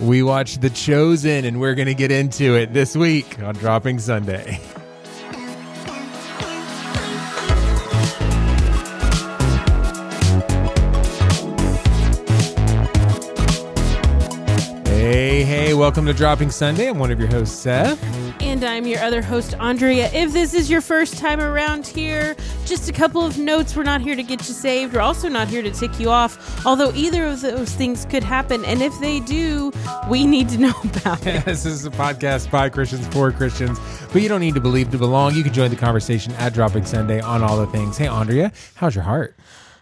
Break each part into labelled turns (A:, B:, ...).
A: We watched The Chosen, and we're going to get into it this week on Dropping Sunday. Hey, hey, welcome to Dropping Sunday. I'm one of your hosts, Seth.
B: And I'm your other host, Andrea. If this is your first time around here, just a couple of notes. We're not here to get you saved. We're also not here to tick you off, although either of those things could happen. And if they do, we need to know about it.
A: this is a podcast by Christians for Christians, but you don't need to believe to belong. You can join the conversation at Dropping Sunday on all the things. Hey, Andrea, how's your heart?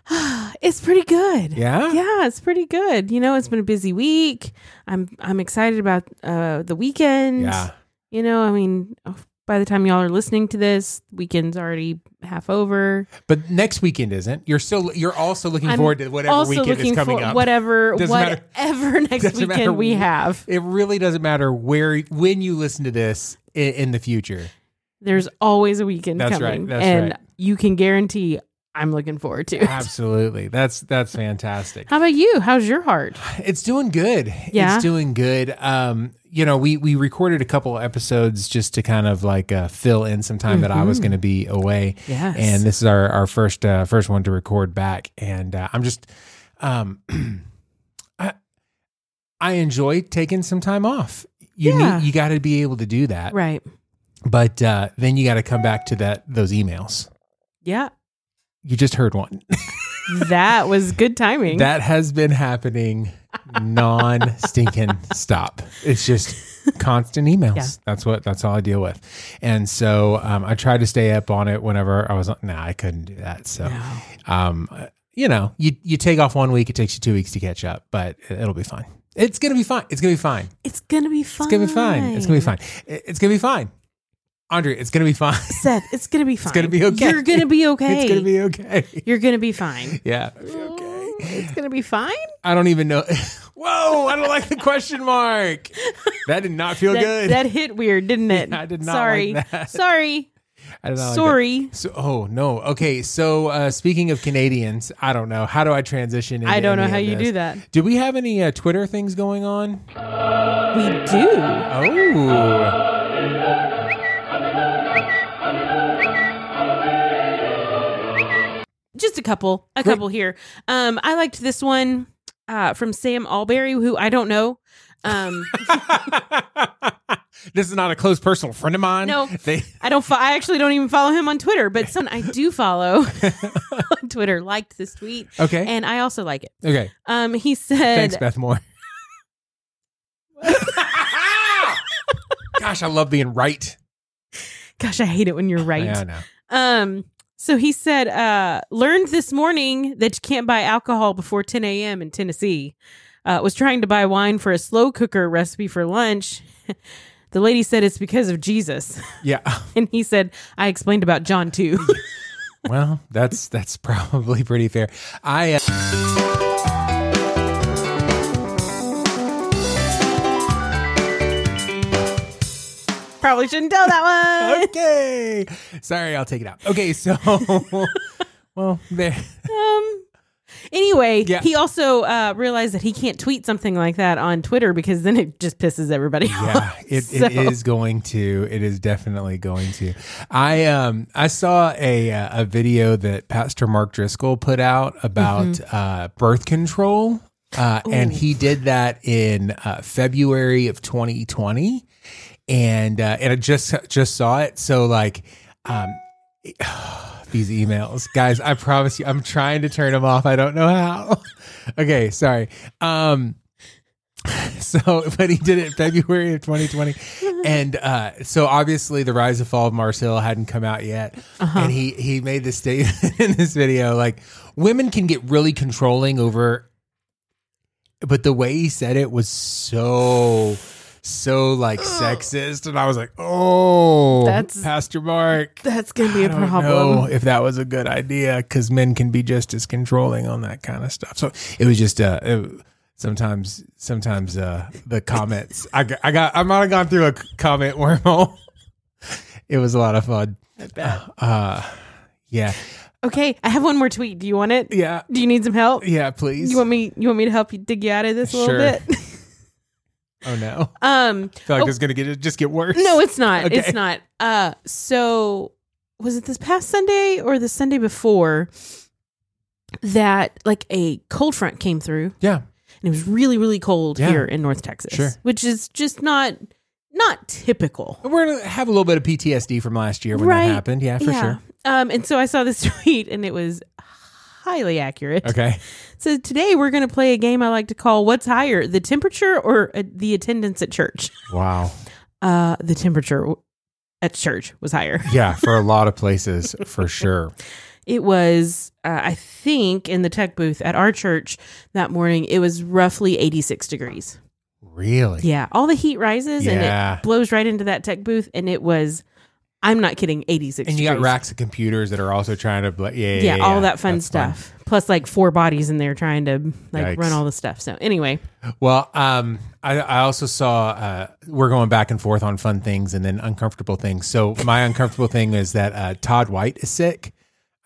B: It's pretty good.
A: Yeah?
B: Yeah, it's pretty good. You know, it's been a busy week. I'm I'm excited about uh, the weekend. You know, I mean, oh, by the time y'all are listening to this, weekend's already half over.
A: But next weekend isn't. You're still you're also looking
B: I'm
A: forward to whatever
B: also
A: weekend
B: looking
A: is coming
B: for
A: up.
B: whatever
A: Doesn't matter-
B: whatever next
A: doesn't matter
B: weekend we
A: wh-
B: have.
A: It really doesn't matter where when you listen to this i- in the future.
B: There's always a weekend
A: That's
B: coming,
A: right, that's
B: and
A: right.
B: you can guarantee I'm looking forward to it.
A: Absolutely. That's that's fantastic.
B: How about you? How's your heart?
A: It's doing good.
B: Yeah?
A: It's doing good. Um, you know, we we recorded a couple episodes just to kind of like uh, fill in some time that I
B: Mm-hmm.
A: was going to be away.
B: Yes.
A: And this is our our first uh, first one to record back, and uh, I'm just, um, I I enjoy taking some time off. You
B: Yeah.
A: need, you got to be able to do that,
B: Right.
A: but uh, then you got to come back to that those emails.
B: Yeah.
A: You just heard one.
B: That was good timing.
A: That has been happening non stinking stop. It's just constant emails.
B: Yeah.
A: That's what that's all I deal with. And so um, I tried to stay up on it whenever I was on nah, I couldn't do that. So
B: No.
A: um uh, you know, you you take off one week, it takes you two weeks to catch up, but it- it'll be fine. It's gonna be fine. It's gonna be fine.
B: It's gonna be fine.
A: It's gonna be fine. It's gonna be fine. It- It's gonna be fine. Andre, it's gonna be fine.
B: Seth, it's gonna be fine.
A: gonna be okay.
B: You're gonna be okay.
A: It's gonna be okay.
B: You're gonna be fine.
A: Yeah. it'll be Okay.
B: It's gonna be fine.
A: I don't even know. Whoa, I don't like the question mark. That did not feel
B: That,
A: good.
B: that hit weird, didn't it?
A: I did not
B: Sorry.
A: like that.
B: Sorry.
A: I did not like that.
B: Sorry.
A: So, oh no. Okay. So, uh, speaking of Canadians, I don't know. How do I transition? Into
B: I don't know
A: any
B: how
A: of
B: you
A: this?
B: do that.
A: Do we have any uh, Twitter things going on?
B: We do.
A: Oh.
B: just a couple, a couple here. Um, I liked this one uh, from Sam Alberry, who I don't know. Um,
A: this is not a close personal friend of mine.
B: No.
A: They,
B: I don't. Fo- I actually don't even follow him on Twitter, but someone I do follow on Twitter liked this tweet,
A: okay.
B: and I also like it.
A: okay.
B: Um, he said,
A: Thanks, Beth Moore. Gosh, I love being right.
B: "Gosh, I hate it when you're right."
A: Yeah, I know.
B: Um, so he said, uh, "Learned this morning that you can't buy alcohol before 10 a.m. in Tennessee." Uh, was trying to buy wine for a slow cooker recipe for lunch. the lady said it's because of Jesus.
A: Yeah.
B: And he said, I explained about John too.
A: Well, that's that's probably pretty fair. I uh,
B: Probably shouldn't tell that one.
A: uh, okay. Sorry, I'll take it out. Okay, so well, there.
B: Um, anyway,
A: Yeah.
B: he also uh, realized that he can't tweet something like that on Twitter because then it just pisses everybody
A: Yeah,
B: off.
A: it,
B: So-
A: it is going to. It is definitely going to. I um I saw a uh, a video that Pastor Mark Driscoll put out about uh, birth control, uh, and
B: Ooh.
A: he did that in uh, February of 2020, and uh, and I just just saw it. So like, um, these emails, guys. I promise you, I'm trying to turn them off. I don't know how. okay, sorry. Um, so, but he did it in February of 2020, and uh, so obviously the rise and fall of Mars Hill hadn't come out yet, and he he made this statement in this video like women can get really controlling over, but the way he said it was so. So like sexist, and I was like, "Oh,
B: That's-
A: Pastor Mark."
B: That's going to be
A: I
B: a
A: don't
B: problem.
A: know if that was a good idea because men can be just as controlling on that kind of stuff. So it was just uh, it- sometimes sometimes uh, the comments I got, I got I might have gone through a c- comment wormhole. it was a lot of fun. Uh, yeah,
B: Okay, I have one more tweet. Do you want it?
A: yeah,
B: Do you need some help?
A: yeah. Please,
B: You want me? You want me to help you dig you out of this a
A: Sure.
B: little bit?
A: Oh no.
B: Um,
A: I feel like
B: Oh.
A: it's gonna get just get worse.
B: no, it's not.
A: Okay.
B: It's not. Uh, so was it this past Sunday or the Sunday before that like a cold front came through
A: yeah.
B: and it was really really cold
A: Yeah.
B: here in North Texas,
A: Sure.
B: which is just not not typical.
A: We're gonna have a little bit of PTSD from last year when
B: Right.
A: that happened. Yeah, for sure.
B: Um, and so I saw this tweet and it was highly accurate.
A: Okay.
B: So today we're going to play a game I like to call "What's Higher: The Temperature or uh, the Attendance at Church?"
A: Wow.
B: Uh, the temperature w- at church was higher.
A: Yeah, for a lot of places, for sure.
B: It was, uh, I think, in the tech booth at our church that morning. It was roughly 86 degrees.
A: Really?
B: Yeah, all the heat rises and
A: Yeah.
B: it blows right into that tech booth, and it was. I'm not kidding. 86.
A: And you got
B: degrees.
A: racks of computers that are also trying to, bla- yeah, yeah,
B: yeah, all
A: yeah.
B: that fun
A: That's
B: stuff. Plus, like four bodies in there trying to like
A: Yikes.
B: run all the stuff. So anyway,
A: Well, um, I, I also saw uh, we're going back and forth on fun things and then uncomfortable things. So my uncomfortable thing is that uh, Todd White is sick.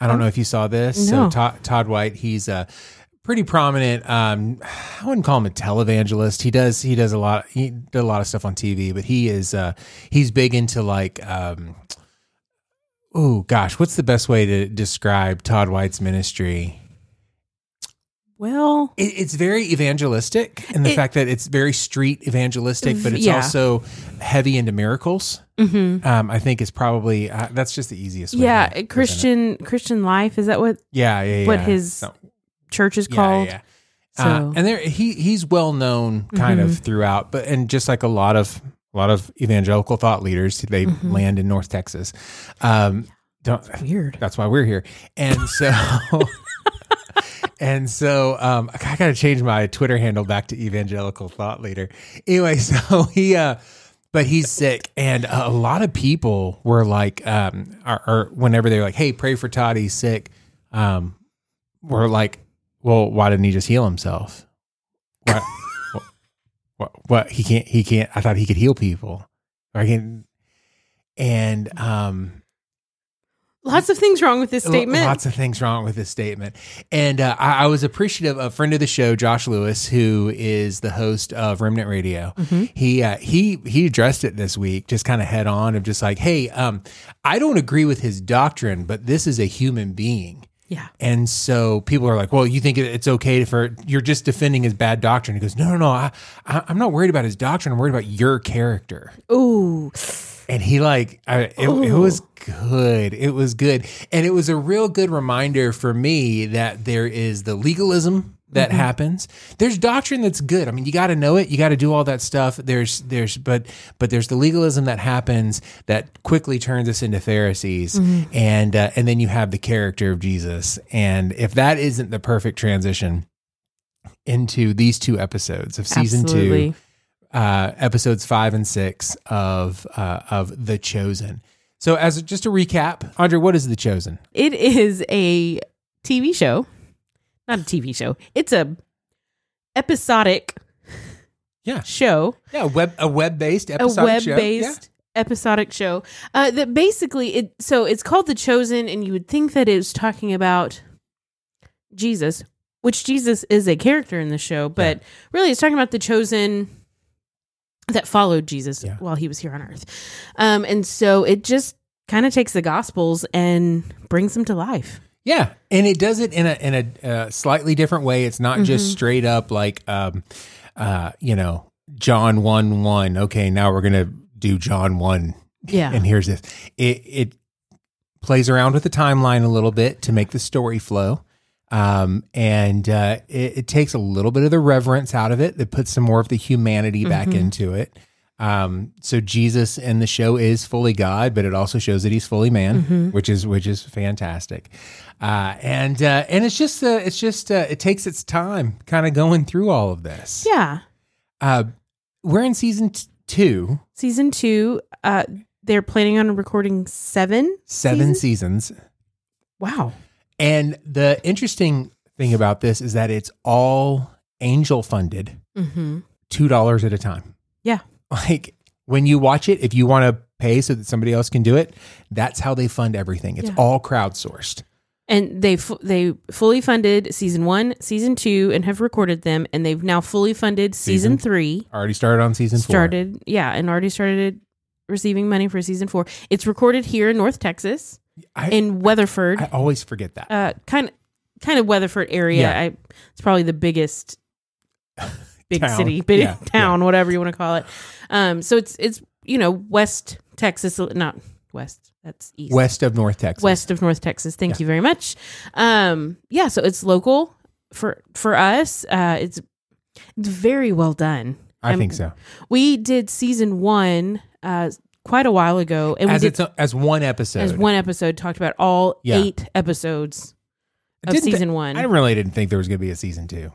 A: I don't know if you saw this.
B: No.
A: So Todd, Todd White, he's a pretty prominent. Um, I wouldn't call him a televangelist. He does he does a lot. He did a lot of stuff on TV, but he is uh, he's big into like. Um, oh gosh, what's the best way to describe Todd White's ministry?
B: well,
A: It, it's very evangelistic in the
B: It-
A: fact that it's very street evangelistic, but it's
B: Yeah.
A: also heavy into miracles.
B: mhm.
A: Um, I think is probably uh, that's just the easiest. way to
B: yeah,
A: present it.
B: Christian Christian life is that what
A: Yeah, yeah, yeah.
B: what his
A: So-
B: church is called?
A: Yeah, yeah. Uh,
B: So- Mm-hmm.
A: and there he he's well known kind of throughout, but and just like a lot of a lot of evangelical thought leaders, they
B: Mhm.
A: land in North Texas. Um, don't
B: Weird.
A: that's why we're here. And so and so um I gotta change my Twitter handle back to evangelical thought leader. Anyway, so he uh but he's sick and a lot of people were like um are, are whenever they're like, Hey, pray for Todd, he's sick, um were like, Well, why didn't he just heal himself? What what, what what he can't he can't I thought he could heal people. Or I can and um
B: Lots of things wrong with this
A: Lo-
B: statement.
A: Lots of things wrong with this statement. And uh, I, I was appreciative. A friend of the show, Josh Lewis, who is the host of Remnant Radio,
B: Mhm.
A: he uh, he he addressed it this week, just kind of head on, of just like, hey, um, I don't agree with his doctrine, but this is a human being.
B: yeah.
A: And so people are like, "Well, you think it- it's okay for you're just defending his bad doctrine?" He goes, "No, no, no. I, I, I'm not worried about his doctrine. I'm worried about your character."
B: Ooh.
A: and he like I, it, it
B: Ooh.
A: was good it was good and it was a real good reminder for me that there is the legalism that
B: Mm-hmm.
A: happens there's doctrine that's good i mean you got to know it you got to do all that stuff there's there's but but there's the legalism that happens that quickly turns us into pharisees
B: Mm-hmm.
A: and uh, and then you have the character of jesus and if that isn't the perfect transition into these two episodes of season two
B: absolutely.
A: uh, episodes five and six of uh, of The Chosen. So, as just a recap, Andre, what is The Chosen?
B: It is a TV show. Not a TV show. It's a episodic
A: Yeah.
B: show.
A: Yeah, web a web based
B: a
A: episode.
B: web based episodic show uh, that basically it so it's called the chosen and you would think that it was talking about jesus which jesus is a character in the show but really it's talking about the chosen that followed jesus
A: Yeah.
B: while he was here on earth um, and so it just kind of takes the gospels and brings them to life
A: Yeah, and it does it in a in a uh, slightly different way. It's not just straight up like, um, uh, you know, John one one. Okay, now we're gonna do John one,
B: yeah
A: and here's this. It it plays around with the timeline a little bit to make the story flow. Um, and uh, it, it takes a little bit of the reverence out of it. It puts some more of the humanity back
B: Mm-hmm.
A: into it. Um, so Jesus in the show is fully God, but it also shows that he's fully man,
B: Mm-hmm.
A: which is which is fantastic. Uh, and uh, and it's just uh, it's just uh, it takes its time, kind of going through all of this.
B: yeah
A: Uh, we're in season t- two,
B: season two uh, they're planning on recording seven
A: seven seasons.
B: wow
A: And the interesting thing about this is that it's all angel funded,
B: mm-hmm.
A: $2 at a time.
B: Yeah.
A: Like when you watch it, if you want to pay so that somebody else can do it, that's how they fund everything. It's
B: Yeah.
A: all crowdsourced.
B: and they fu- they fully funded season one, season two, and have recorded them, and they've now fully funded season,
A: Season
B: three.
A: Already started on season four.
B: Started, yeah, and already started receiving money for season four. It's recorded here in North Texas,
A: I-
B: in Weatherford,
A: I always forget that.
B: uh, kind of kind of Weatherford area.
A: Yeah.
B: I, it's probably the biggest big
A: Town.
B: city, big
A: Yeah,
B: town, whatever you want to call it. Um, so it's it's you know West Texas, not West. That's east.
A: West of North Texas.
B: west of North Texas. Thank you very much. Um, yeah, so it's local for for us. Uh, it's it's very well done.
A: I
B: I'm-
A: think so.
B: We did season one uh, quite a while ago, and
A: As
B: we
A: it's
B: did
A: a, as one episode.
B: as one episode talked about all
A: Yeah.
B: eight episodes
A: I
B: of
A: didn't thi-
B: season one.
A: I really didn't think there was going to be a season two.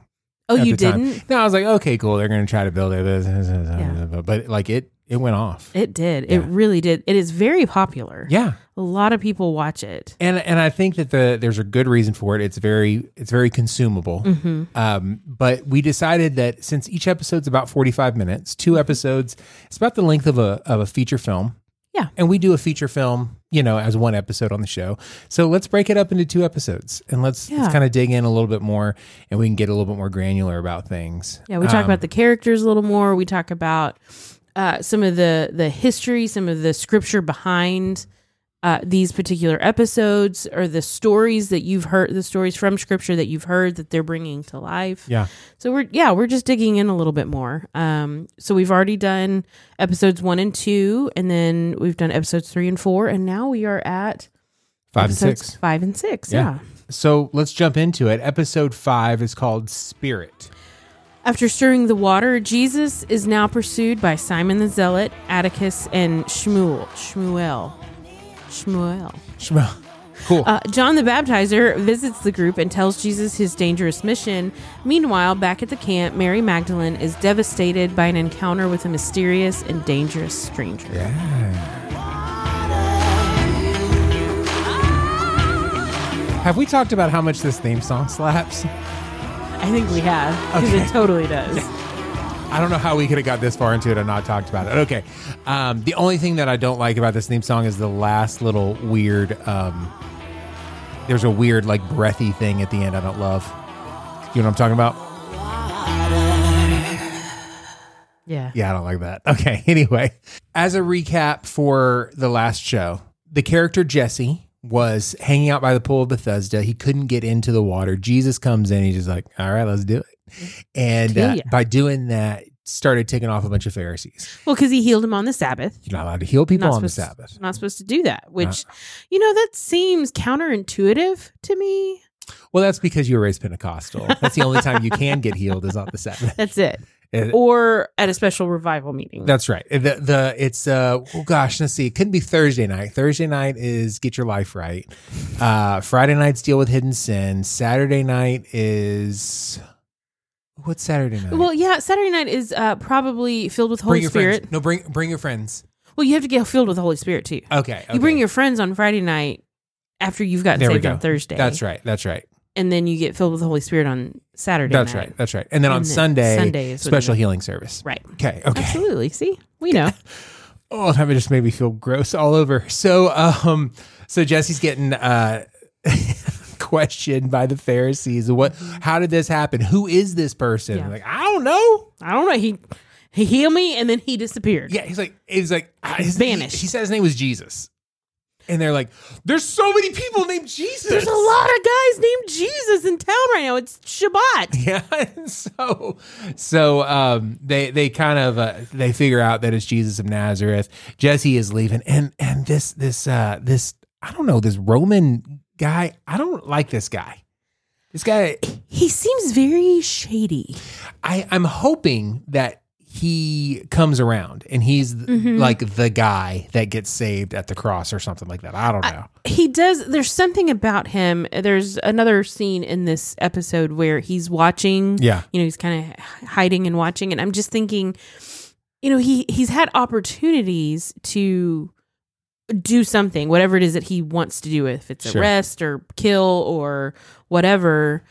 B: oh,
A: at
B: you
A: the time.
B: didn't?
A: No, I was like, okay, cool. They're going to try to build it, but like it, it went off.
B: It did. It
A: Yeah.
B: really did. It is very popular.
A: yeah,
B: A lot of people watch it.
A: and and I think that the there's a good reason for it. It's very it's very consumable.
B: Mm-hmm.
A: Um, but we decided that since each episode's about 45 minutes,
B: Mm-hmm.
A: two episodes, it's about the length of a of a feature film.
B: Yeah.
A: And we do a feature film, you know, as one episode on the show. So let's break it up into two episodes and let's,
B: Yeah.
A: let's kind of dig in a little bit more and we can get a little bit more granular about things.
B: Yeah, we talk
A: Um,
B: about the characters a little more. We talk about uh, some of the the history, some of the scripture behind uh, these particular episodes, or the stories that you've heard, the stories from scripture that you've heard that they're bringing to life.
A: Yeah.
B: So we're yeah, we're just digging in a little bit more. Um, so we've already done episodes one and two, and then we've done episodes three and four, and now we are at
A: Five and
B: episodes
A: six.
B: Five and six.
A: Yeah.
B: yeah.
A: So let's jump into it. Episode five is called Spirit.
B: After stirring the water, Jesus is now pursued by Simon the Zealot, Atticus, and Shmuel. Shmuel. Shmuel.
A: Shmuel. Cool.
B: Uh, John the Baptizer visits the group and tells Jesus his dangerous mission. Meanwhile, back at the camp, Mary Magdalene is devastated by an encounter with a mysterious and dangerous stranger.
A: Have we talked about how much this theme song slaps?
B: I think we have, because
A: Okay.
B: it totally does.
A: I don't know how we could have got this far into it and not talked about it. Okay. Um, the only thing that I don't like about this theme song is the last little weird. Um, there's a weird, like, breathy thing at the end I don't love. You know what I'm talking about?
B: Yeah.
A: Yeah, I don't like that. Okay. Anyway, as a recap for the last show, the character Jesse was hanging out by the pool of Bethesda. He couldn't get into the water. Jesus comes in. He's just like, all right, let's do it. And
B: Do
A: uh,
B: ya.
A: by doing that, started ticking off a bunch of Pharisees.
B: Well, because he healed him on the Sabbath.
A: You're not allowed to heal people
B: Not
A: on the
B: supposed-
A: Sabbath.
B: Not supposed to do that, which, you know, that seems counterintuitive to me.
A: Well, that's because you were raised Pentecostal. That's the only time you can get healed is on the Sabbath.
B: That's it.
A: It-
B: Or at a special revival meeting.
A: that's right. The the it's uh oh gosh, let's see. It couldn't be Thursday night. Thursday night is get your life right. Uh Friday night's deal with hidden sin. Saturday night is what's Saturday night?
B: well, yeah, Saturday night is uh, probably filled with Holy
A: bring your
B: Spirit.
A: friends. No, bring bring your friends.
B: Well, you have to get filled with the Holy Spirit too.
A: Okay.
B: You bring your friends on Friday night after you've gotten
A: There we
B: saved
A: go.
B: on Thursday.
A: That's right. That's right.
B: And then you get filled with the Holy Spirit on Saturday
A: That's
B: night.
A: right. That's right. And then on
B: And then
A: Sunday,
B: Sunday is when
A: special
B: the-
A: healing service.
B: Right.
A: Okay. Okay.
B: Absolutely. See, we know.
A: Oh, that just made me feel gross all over. So, um, so Jesse's getting uh, questioned by the Pharisees. What? How did this happen? Who is this person?
B: Mm-hmm. Yeah.
A: Like, I don't know.
B: I don't know. He he healed me and then he disappeared.
A: Yeah, he's like, he's like, ah, his,
B: Vanished.
A: He, he said his name was Jesus, and they're like, there's so many people named Jesus.
B: There's a lot of guys named Jesus in town right now. It's Shabbat.
A: Yeah, and so so um, they they kind of uh, they figure out that it's Jesus of Nazareth. Jesse is leaving, and and this this uh, this I don't know this Roman guy. I don't like this guy. This guy.
B: He seems very shady.
A: I I'm hoping that he comes around and he's th-
B: Mm-hmm.
A: like the guy that gets saved at the cross or something like that. I don't know.
B: he does there's something about him there's another scene in this episode where he's watching
A: Yeah.
B: you know he's kind of hiding and watching and i'm just thinking you know he he's had opportunities to do something whatever it is that he wants to do if it's
A: Sure.
B: arrest or kill or whatever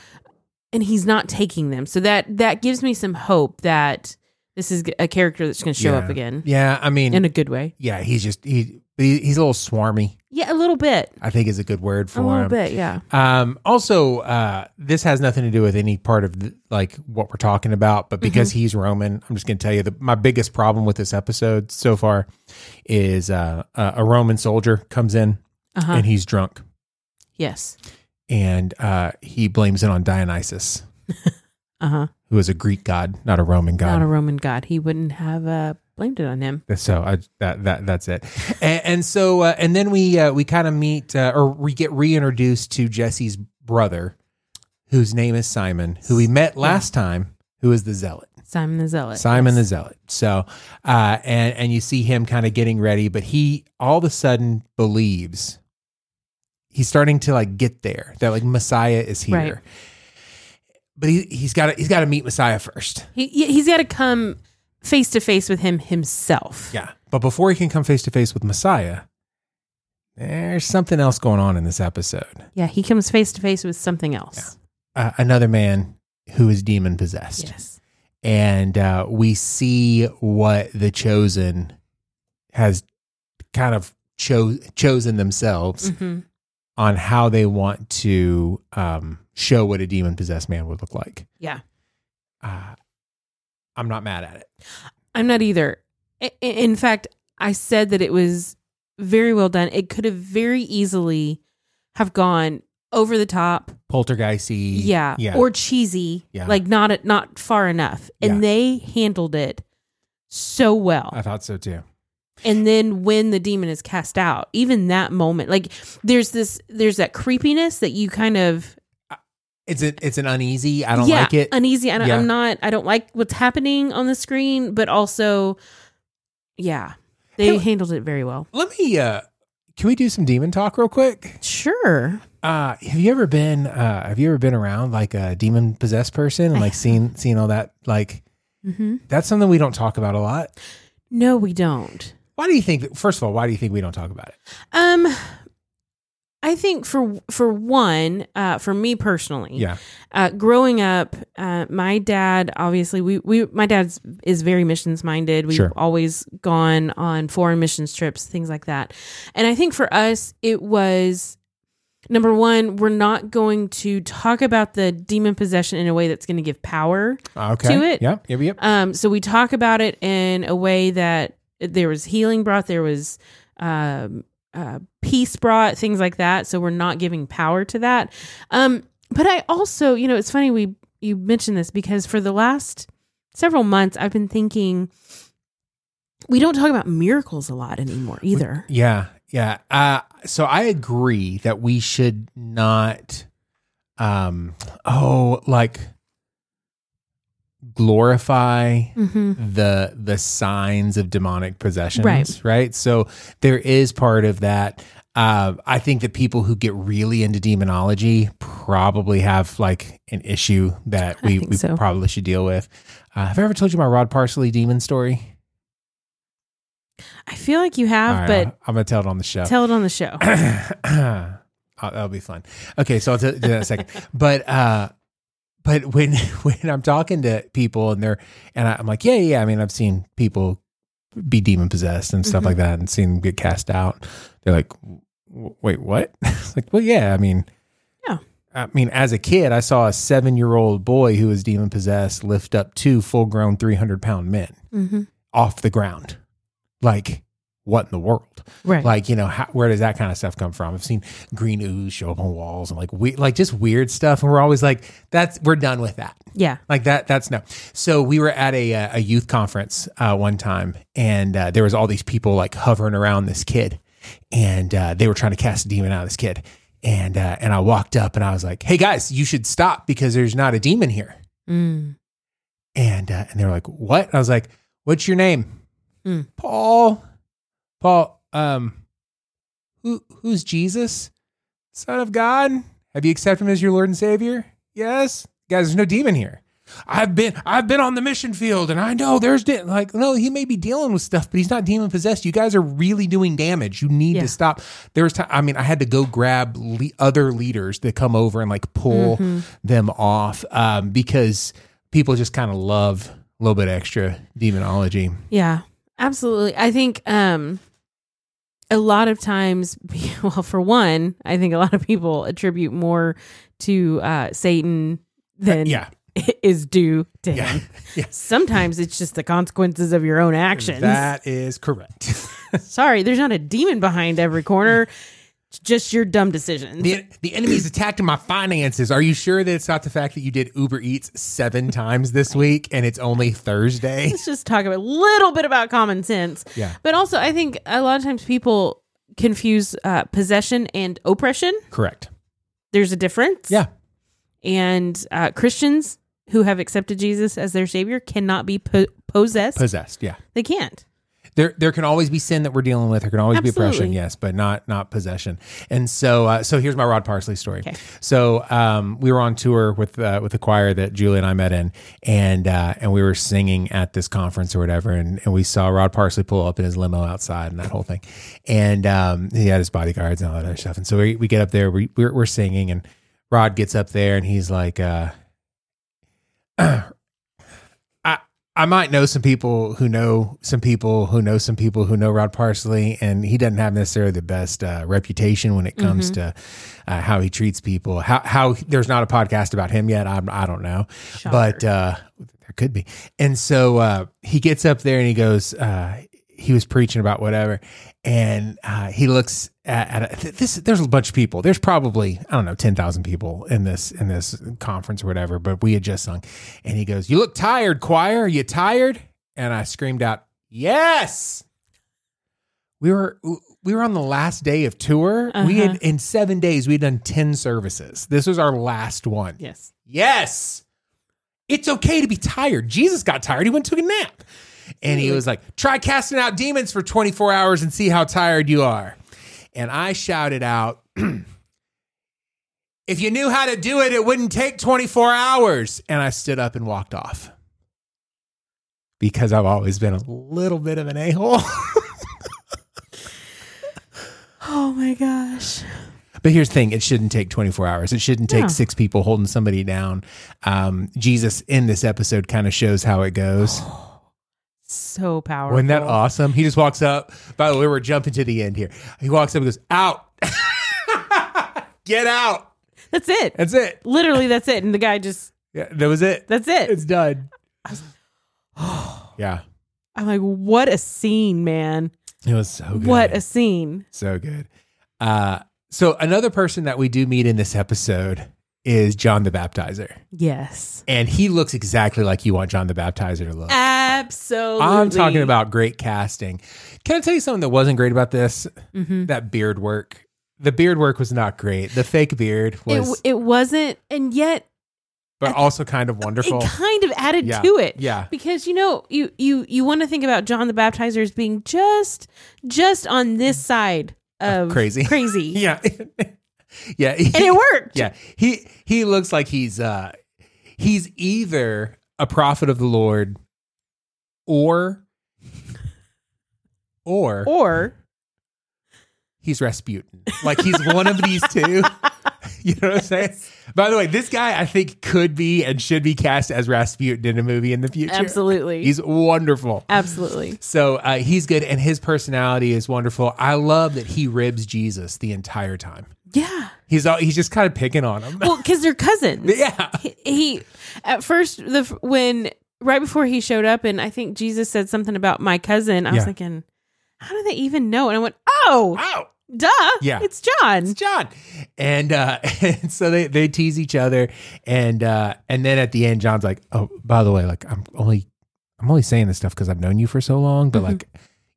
B: and he's not taking them so that that gives me some hope that This is a character that's going to show
A: yeah.
B: up again
A: Yeah, I mean,
B: in a good way.
A: yeah, he's just he he- he's a little swarmy.
B: Yeah, a little bit.
A: I think is a good word for
B: A little
A: him.
B: bit, yeah.
A: Um, also, uh, this has nothing to do with any part of the, like what we're talking about,
B: Mm-hmm.
A: but because he's Roman, I'm just going to tell you that my biggest problem with this episode so far is uh, a a Roman soldier comes in
B: Uh-huh.
A: and he's drunk
B: yes.
A: and uh, he blames it on Dionysus,
B: Uh-huh.
A: who is a Greek god, not a Roman god.
B: Not a Roman god. He wouldn't have uh, blamed it on him.
A: so I, that that that's it, and, and so uh, and then we uh, we kind of meet uh, or we get reintroduced to Jesse's brother, whose name is Simon, who we met last time, who is the zealot.
B: Simon the Zealot.
A: Simon the
B: yes.
A: Zealot. So, uh, and and you see him kind of getting ready, but he all of a sudden believes. He's starting to like get there. That like Messiah is here,
B: Right.
A: but he he's got to he's got to meet Messiah first.
B: He He, he's got to come face to face with him himself.
A: Yeah, but before he can come face to face with Messiah, there's something else going on in this episode.
B: Yeah, he comes face to face with something else.
A: Uh, another man who is demon possessed.
B: Yes.
A: and uh, we see what the chosen has kind of cho- chosen themselves
B: hmm
A: on how they want to um, show what a demon possessed man would look like.
B: Yeah.
A: Uh, I'm not mad at it.
B: I'm not either. I- I- In fact, I said that it was very well done. It could have very easily have gone over the top,
A: Poltergeisty.
B: yeah,
A: Yeah.
B: or cheesy,
A: Yeah.
B: like not not far enough. And
A: Yeah.
B: they handled it so well.
A: I thought so too.
B: and then when the demon is cast out, even that moment, like there's this there's that creepiness that you kind of
A: It's a, it's an uneasy. I don't
B: yeah,
A: like it.
B: uneasy. I don't,
A: Yeah.
B: I'm not. I don't like what's happening on the screen, but also, yeah, they
A: Hey,
B: handled it very well.
A: Let me. Uh, can we do some demon talk real quick?
B: Sure.
A: Uh, have you ever been? Uh, have you ever been around like a demon possessed person and
B: I
A: like
B: have.
A: seen seen all that like
B: Mm-hmm.
A: That's something we don't talk about a lot.
B: No, we don't.
A: Why do you think? that- First of all, why do you think we don't talk about it?
B: Um, I think for for one, uh, for me personally,
A: Yeah,
B: uh, growing up, uh, my dad obviously we we my dad's is very missions minded. We've
A: Sure.
B: always gone on foreign missions trips, things like that. And I think for us, it was number one, we're not going to talk about the demon possession in a way that's going to give power.
A: Uh, okay.
B: To it.
A: Yep, yep, yep.
B: Um, so we talk about it in a way that there was healing brought, there was um, uh, peace brought, things like that. So we're not giving power to that. Um, but I also, you know, it's funny we you mentioned this because for the last several months, I've been thinking we don't talk about miracles a lot anymore either.
A: Yeah, yeah. Uh, so I agree that we should not, um, oh, like glorify
B: mm-hmm.
A: the the signs of demonic possessions
B: Right.
A: right so there is part of that uh, i think that people who get really into demonology probably have like an issue that
B: I
A: we,
B: think
A: we
B: so.
A: probably should deal with uh, have i ever told you my rod parsley demon story
B: I feel like you have,
A: All right,
B: but
A: I'll- i'm gonna tell it on the show
B: tell it on the show.
A: Uh, that'll be fun. Okay, so I'll t- do that in a second. But uh, but when when I'm talking to people and they're and I, I'm like, yeah, yeah. I mean, I've seen people be demon possessed and stuff like that, and seen them get cast out. They're like, "W- wait, what? It's like, well, yeah. I mean,
B: Yeah.
A: I mean, as a kid, I saw a seven year old boy who was demon possessed lift up two full grown three hundred pound men
B: hmm
A: off the ground. Like, what in the world?
B: Right.
A: like you know how, where does that kind of stuff come from i've seen green ooze show up on walls and like we like just weird stuff and we're always like that's we're done with that
B: yeah.
A: like that that's no so we were at a uh, a youth conference uh, one time and uh, there was all these people like hovering around this kid and uh, they were trying to cast a demon out of this kid and uh, and i walked up and i was like hey guys you should stop because there's not a demon here
B: Mm.
A: and uh, and they were like, "What?" I was like, "What's your name?"
B: Mm.
A: Paul. Paul. Um, who who's Jesus, Son of God? Have you accepted him as your Lord and Savior? Yes, guys. There's no demon here. I've been I've been on the mission field, and I know there's de- like no. He may be dealing with stuff, but he's not demon possessed. You guys are really doing damage. You need
B: Yeah.
A: to stop. There was time. I mean, I had to go grab le- other leaders to come over and like pull them off um, because people just kind of love little bit extra demonology.
B: Yeah, absolutely. I think um a lot of times well for one, I think a lot of people attribute more to uh Satan than
A: Uh, yeah.
B: is due to
A: Yeah.
B: him.
A: Yeah.
B: Sometimes it's just the consequences of your own actions.
A: That is correct.
B: Sorry, there's not a demon behind every corner. It's just your dumb decisions.
A: the, the enemy's attacking my finances. Are you sure that it's not the fact that you did Uber Eats seven times this week and it's only Thursday?
B: let's just talk about a little bit about common sense.
A: Yeah.
B: But also, I think a lot of times people confuse uh, possession and oppression.
A: Correct.
B: There's a difference.
A: Yeah.
B: And uh, Christians who have accepted Jesus as their savior cannot be po- possessed.
A: Possessed. Yeah.
B: they can't.
A: there there can always be sin that we're dealing with. There can always be oppression,
B: Absolutely.
A: yes, but not not possession. And so uh, so here's my Rod Parsley story. So um, we were on tour with uh, with the choir that Julie and I met in, and uh, and we were singing at this conference or whatever, and, and we saw Rod Parsley pull up in his limo outside and that whole thing, and um, he had his bodyguards and all that other stuff. And so we, we get up there, we we're, we're singing, and Rod gets up there and he's like. Uh, I I might know some people who know some people who know some people who know Rod Parsley, and he doesn't have necessarily the best uh, reputation when it comes to uh, how he treats people. How how there's not a podcast about him yet. I'm, I don't know, but uh, there could be. And so uh, he gets up there and he goes. Uh, he was preaching about whatever, and uh, he looks at, at th- this. There's a bunch of people. There's probably I don't know ten thousand people in this in this conference or whatever. But we had just sung, and he goes, "You look tired, choir. Are you tired?" And I screamed out, "Yes!" We were we were on the last day of tour. We had in seven days we had done ten services. This was our last one.
B: Yes.
A: Yes. It's okay to be tired. Jesus got tired. He went and took a nap. And he was like, try casting out demons for 24 hours and see how tired you are. And I shouted out, if you knew how to do it, it wouldn't take 24 hours. And I stood up and walked off because I've always been a little bit of an a hole.
B: Oh my gosh.
A: But here's the thing: it shouldn't take 24 hours. It shouldn't take
B: No.
A: six people holding somebody down. Um, Jesus in this episode kind of shows how it goes.
B: So powerful.
A: Wasn't that uh, awesome? He just walks up. By the way, we're jumping to the end here. He walks up and goes, "Out, get out."
B: That's it.
A: That's it.
B: Literally, that's it. And the guy just,
A: Yeah, that was it.
B: that's it.
A: It's done. yeah,
B: I'm like, what a scene, man.
A: it was so good.
B: What a scene.
A: so good. Uh, so another person that we do meet in this episode is John the Baptizer,
B: Yes.
A: and he looks exactly like you want John the Baptizer to look.
B: Absolutely.
A: I'm talking about great casting. Can I tell you something that wasn't great about this?
B: Mhm.
A: That beard work. The beard work was not great. The fake beard
B: It,
A: was,
B: w- it wasn't, and yet
A: but also kind of wonderful.
B: it kind of added
A: Yeah.
B: to it.
A: Yeah.
B: Because you know, you you you want to think about John the Baptizer as being just just on this side of
A: Uh, crazy.
B: Crazy.
A: Yeah. yeah.
B: And it worked.
A: Yeah. He he looks like he's uh he's either a prophet of the Lord or or
B: Or
A: he's Rasputin. Like he's one of these two. You know what I'm saying? By the way, this guy I think could be and should be cast as Rasputin in a movie in the future.
B: absolutely.
A: He's wonderful.
B: absolutely.
A: So uh, he's good, and his personality is wonderful. I love that he ribs Jesus the entire time.
B: Yeah.
A: He's all, he's just kind of picking on him.
B: Well, because they're cousins.
A: yeah,
B: He, he at first the f- when right before he showed up, and I think Jesus said something about my cousin. I
A: Yeah.
B: was thinking, how do they even know? And I went, oh,
A: wow,
B: duh.
A: Yeah.
B: It's John.
A: it's John, and uh, and so they they tease each other, and uh, and then at the end, John's like, oh, by the way, like I'm only I'm only saying this stuff because I've known you for so long, but like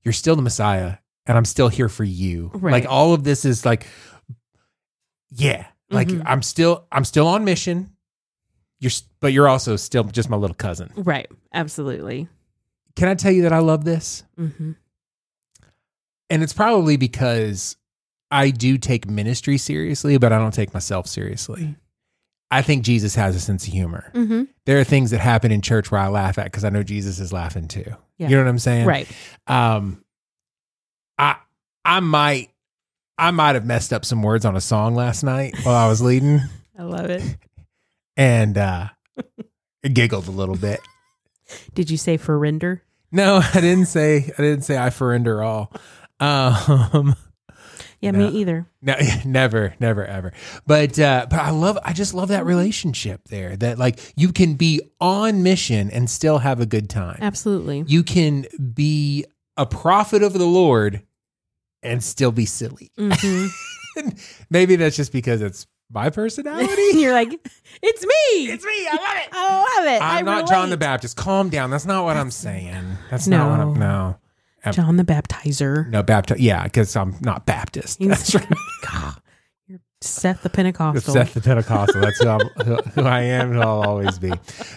A: you're still the Messiah, and I'm still here for you.
B: Right.
A: Like all of this is like, yeah, like
B: Mhm.
A: I'm still I'm still on mission. You're, s- but you're also still just my little cousin.
B: Right. Absolutely.
A: Can I tell you that I love this?
B: hmm
A: And it's probably because I do take ministry seriously, but I don't take myself
B: Mm.
A: seriously. I think Jesus has a sense of humor.
B: hmm
A: There are things that happen in church where I laugh at because I know Jesus is laughing too.
B: Yeah.
A: You know what I'm saying?
B: Right.
A: Um, I I might I might have messed up some words on a song last night while I was leading
B: I love it.
A: and uh, giggled a little bit.
B: Did you say for render?
A: No, I didn't say. I didn't say I surrender all. Um,
B: Yeah,
A: No.
B: me either.
A: no, never, never, ever. But uh, but I love. I just love that relationship there. That like you can be on mission and still have a good time.
B: Absolutely.
A: You can be a prophet of the Lord and still be silly.
B: hmm
A: Maybe that's just because it's my personality.
B: You're like, it's me.
A: it's me. I love it.
B: I love it. I
A: I'm not John the
B: relate."
A: Baptist. Calm down. That's not what I'm saying. That's not what I'm. No, Baptist.
B: John the Baptizer.
A: no Baptist. Yeah, because I'm not Baptist.
B: He's-
A: That's right.
B: God. You're Seth the Pentecostal.
A: Seth the Pentecostal. That's who, I'm, who, who I am and who I'll always be.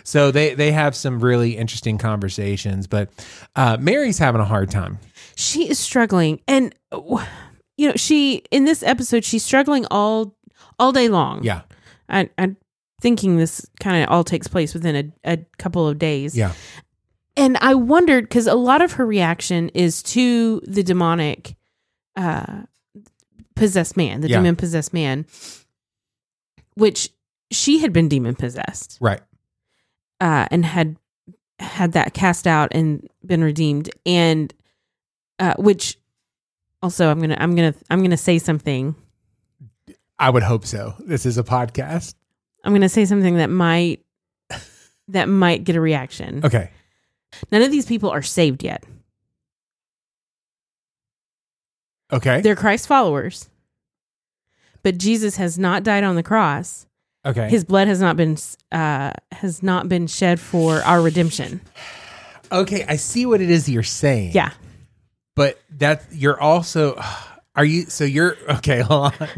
A: So they they have some really interesting conversations, but uh, Mary's having a hard time.
B: she is struggling and uh, you know she in this episode she's struggling all all day long
A: Yeah,
B: I, i'm thinking this kind of all takes place within a, a couple of days
A: yeah,
B: and i wondered because a lot of her reaction is to the demonic uh possessed man the
A: Yeah.
B: demon possessed man which she had been demon possessed
A: right.
B: uh, and had had that cast out and been redeemed and uh, which also i'm gonna i'm gonna i'm gonna say something
A: I would hope so. This is a podcast.
B: i'm gonna say something that might that might get a reaction
A: Okay.
B: none of these people are saved yet
A: Okay.
B: they're christ followers but jesus has not died on the cross
A: okay.
B: his blood has not been uh, has not been shed for our redemption
A: okay. I see what it is you're saying.
B: yeah
A: but that you're also are you so you're okay hold on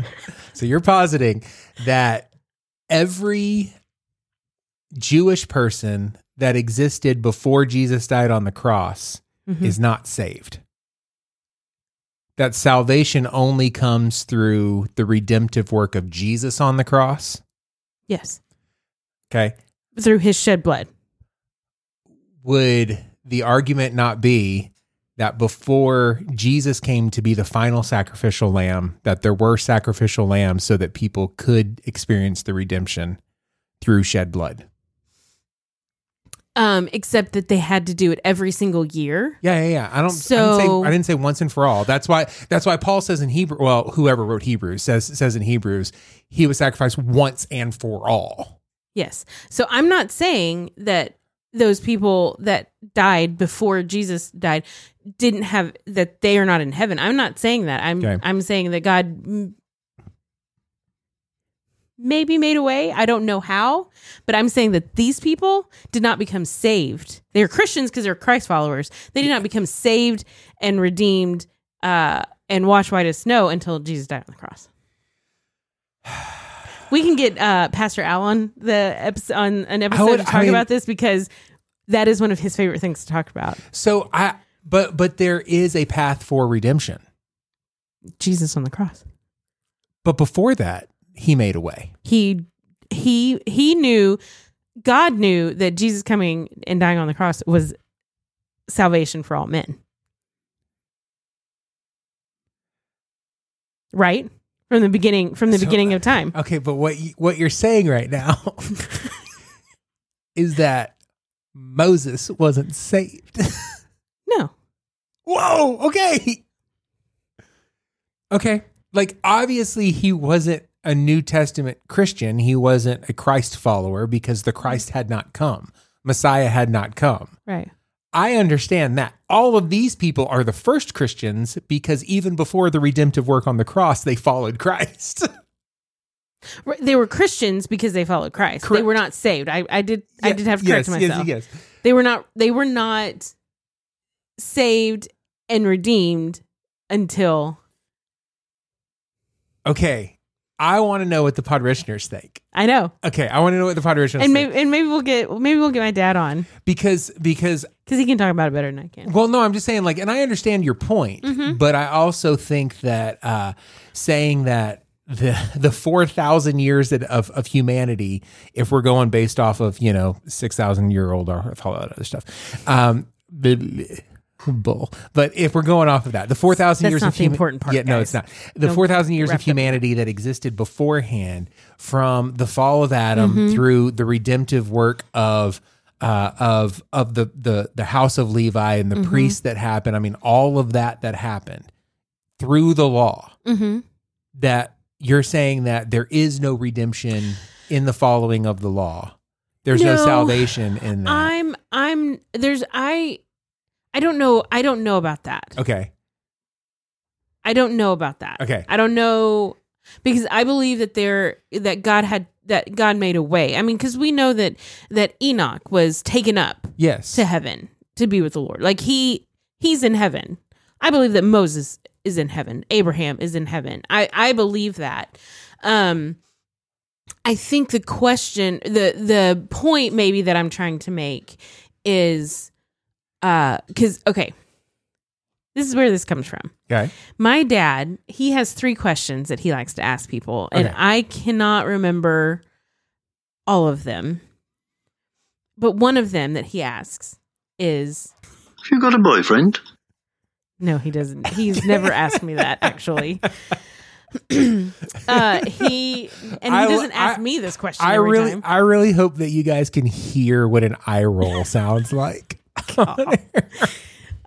A: so you're positing that every jewish person that existed before jesus died on the cross
B: Mhm.
A: is not saved that salvation only comes through the redemptive work of jesus on the cross
B: yes
A: okay
B: through his shed blood
A: would the argument not be that before Jesus came to be the final sacrificial lamb, that there were sacrificial lambs so that people could experience the redemption through shed blood?
B: um except that they had to do it every single year
A: Yeah, yeah, yeah. I don't. I, didn't
B: So-
A: say, I didn't say once and for all. That's why. That's why Paul says in Hebrew. Well, whoever wrote Hebrews says says in Hebrews, he was sacrificed once and for all.
B: Yes. So I'm not saying that those people that died before Jesus died didn't have that they are not in heaven. I'm not saying that. I'm
A: Okay.
B: I'm saying that God m- maybe made a way. I don't know how, but I'm saying that these people did not become saved. They're Christians because they're Christ followers. They did not become saved and redeemed uh and washed white as snow until Jesus died on the cross. We can get uh, Pastor Al on the episode on an episode
A: would-
B: to
A: I
B: talk
A: mean-
B: about this because that is one of his favorite things to talk about.
A: So I. But but there is a path for redemption.
B: Jesus on the cross.
A: But before that, he made a way.
B: He he he knew God knew that Jesus coming and dying on the cross was salvation for all men. Right? From the beginning from the
A: So- uh,
B: beginning of time.
A: Okay, but what you, what you're saying right now is that Moses wasn't saved.
B: No.
A: Whoa, okay. Okay. Like obviously he wasn't a New Testament Christian. He wasn't a Christ follower because the Christ had not come. Messiah had not come.
B: Right.
A: I understand that. All of these people are the first Christians because even before the redemptive work on the cross, they followed Christ.
B: Right, They were Christians because they followed Christ. They
A: Correct.
B: were not saved. I, I did I did have to
A: yes,
B: correct myself.
A: Yes, yes.
B: They were not they were not saved and redeemed until
A: Okay. I want to know what the Podrishners think.
B: I know.
A: Okay, I want to know what the Podrishners
B: and
A: think
B: maybe and maybe we'll get maybe we'll get my dad on
A: because because
B: cuz he can talk about it better than I can.
A: well, no, I'm just saying like, and I understand your point,
B: Mhm.
A: but I also think that uh, saying that the the four thousand years that of of humanity, if we're going based off of you know six thousand year old or all that other stuff, um, blah, blah, bull. But if we're going off of that, the four thousand
B: That's
A: years
B: not
A: of
B: the
A: huma-
B: important part,
A: Yeah, no,
B: guys.
A: it's not. The
B: Don't
A: four thousand years
B: wrap
A: of
B: up in that.
A: humanity that existed
B: Mm-hmm.
A: beforehand, from the fall of Adam through the redemptive work of uh, of of the the the house of Levi and the
B: Mhm.
A: priests that happened. I mean, all of that that happened through the law.
B: Mm-hmm.
A: That you're saying that there is no redemption in the following of the law. There's no,
B: No.
A: salvation in that.
B: I'm I'm there's I I don't know I don't know about that.
A: okay.
B: I don't know about that.
A: Okay.
B: I don't know because I believe that there that God had that God made a way. I mean, because we know that that Enoch was taken up
A: Yes.
B: to heaven to be with the Lord. Like he he's in heaven. I believe that Moses is in heaven. Abraham is in heaven. I I believe that. Um I think the question the the point maybe that I'm trying to make is uh cuz okay. This is where this comes from.
A: Okay.
B: My dad, he has three questions that he likes to ask people, and
A: Okay.
B: I cannot remember all of them. But one of them that he asks is
C: Have you got a boyfriend?
B: no, he doesn't. He's never asked me that actually. uh, he and he
A: I-
B: doesn't ask
A: I-
B: me this question.
A: I
B: every
A: really
B: time.
A: I really hope that you guys can hear what an eye roll sounds like.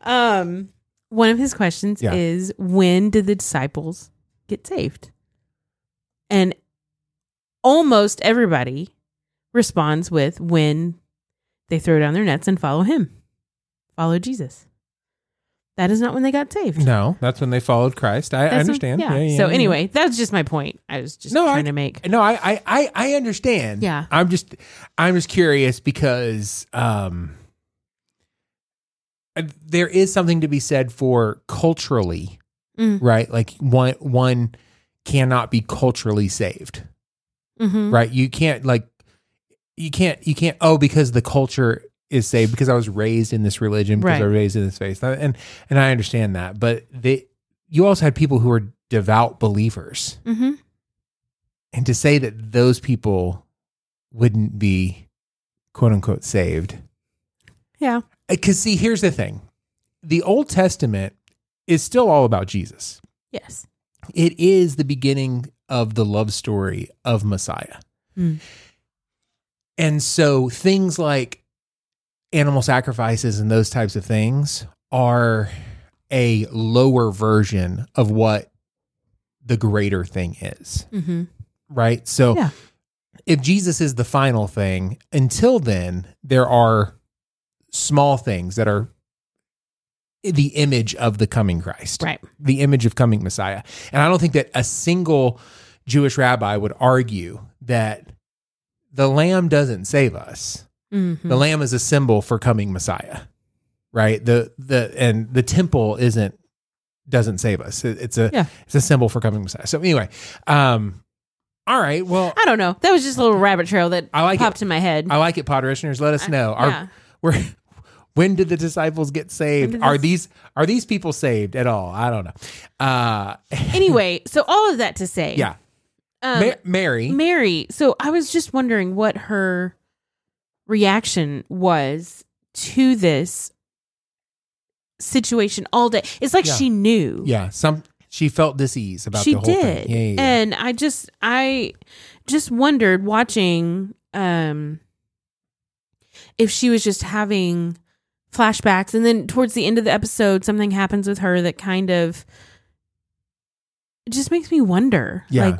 B: Um, one of his questions
A: Yeah.
B: is when did the disciples get saved? And almost everybody responds with when they throw down their nets and follow him, follow Jesus. That is not when they got saved.
A: no, that's when they followed Christ. I, I
B: That's when-
A: understand.
B: yeah.
A: Yeah, yeah,
B: so
A: yeah.
B: anyway, that's just my point. I was just
A: No, I-
B: trying to make.
A: No, I, I, I, I understand.
B: Yeah.
A: I'm just, I'm just curious because, um, uh, there is something to be said for culturally,
B: Mm.
A: right? Like one, one cannot be culturally saved,
B: Mhm.
A: right? You can't like, you can't, you can't, oh, because the culture is saved because I was raised in this religion, because I
B: Right.
A: was raised in this faith. Uh, And, and I understand that, but they, you also had people who were devout believers
B: Mhm.
A: and to say that those people wouldn't be quote unquote saved
B: Yeah.
A: because see here's the thing the old testament is still all about jesus
B: Yes.
A: it is the beginning of the love story of messiah
B: Hmm.
A: and so things like animal sacrifices and those types of things are a lower version of what the greater thing is
B: Mhm.
A: right? So
B: Yeah.
A: if Jesus is the final thing, until then, there are small things that are the image of the coming Christ,
B: Right.
A: the image of coming Messiah. And I don't think that a single Jewish rabbi would argue that the lamb doesn't save us.
B: Mhm.
A: The lamb is a symbol for coming Messiah, right? The the and the temple isn't doesn't save us. It- It's a
B: Yeah.
A: it's a symbol for coming Messiah. So anyway, um, all right. Well,
B: I don't know. That was just a little rabbit trail that
A: I like
B: popped
A: it.
B: in my head.
A: I like it, Potterishers. Let us know. Are
B: yeah.
A: we're, when did the disciples get saved?
B: When did
A: Are
B: this-
A: these are these people saved at all? I don't know. Uh,
B: Anyway, so all of that to say,
A: yeah,
B: um,
A: Ma- Mary.
B: Mary. So I was just wondering what her reaction was to this situation all day. It's like
A: Yeah.
B: she knew.
A: yeah, some she felt disease about
B: she
A: the whole
B: did.
A: thing. Yeah, yeah, yeah.
B: And I just I just wondered watching um if she was just having flashbacks and then towards the end of the episode something happens with her that kind of it just makes me wonder
A: Yeah.
B: like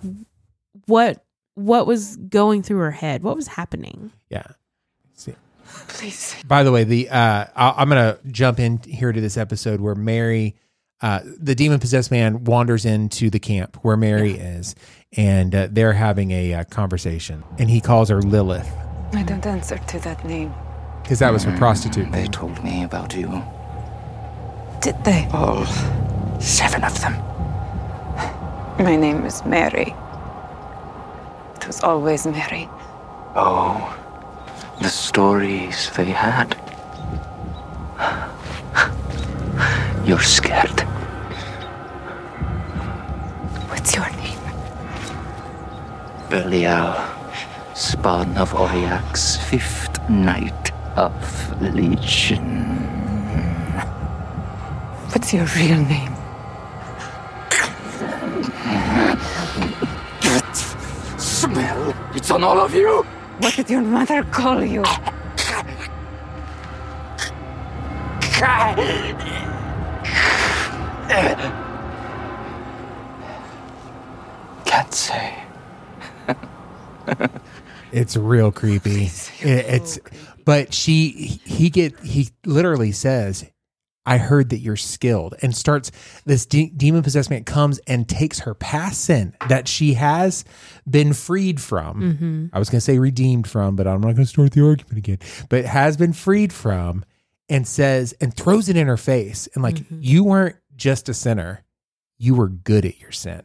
B: what what was going through her head what was happening
A: Yeah. See. Please. By the way, the uh, I, I'm gonna jump in here to this episode where Mary, uh, the demon possessed man, wanders into the camp where Mary is, and uh, they're having a uh, conversation, and he calls her Lilith
D: I don't answer to that name.
A: because that was her prostitute.
E: They told me about you.
D: Did they?
E: All Oh, seven of them.
D: My name is Mary. It was always Mary.
E: Oh, the stories they had. You're scared.
D: What's your name?
E: Belial, spawn of Oriak's fifth night of Legion.
D: What's your real name?
E: Smell! It's on all of you!
D: What did your mother call you?
E: Can't say.
A: It's real creepy. It-
B: Oh,
A: it's, but she, he- he get, he literally says, "I heard that you're skilled," and starts this de- demon possessed man comes and takes her past sin that she has been freed from.
B: Mm-hmm.
A: I was gonna say redeemed from, but I'm not gonna start the argument again. But has been freed from, and says and throws it in her face, and like you weren't just a sinner, you were good at your sin.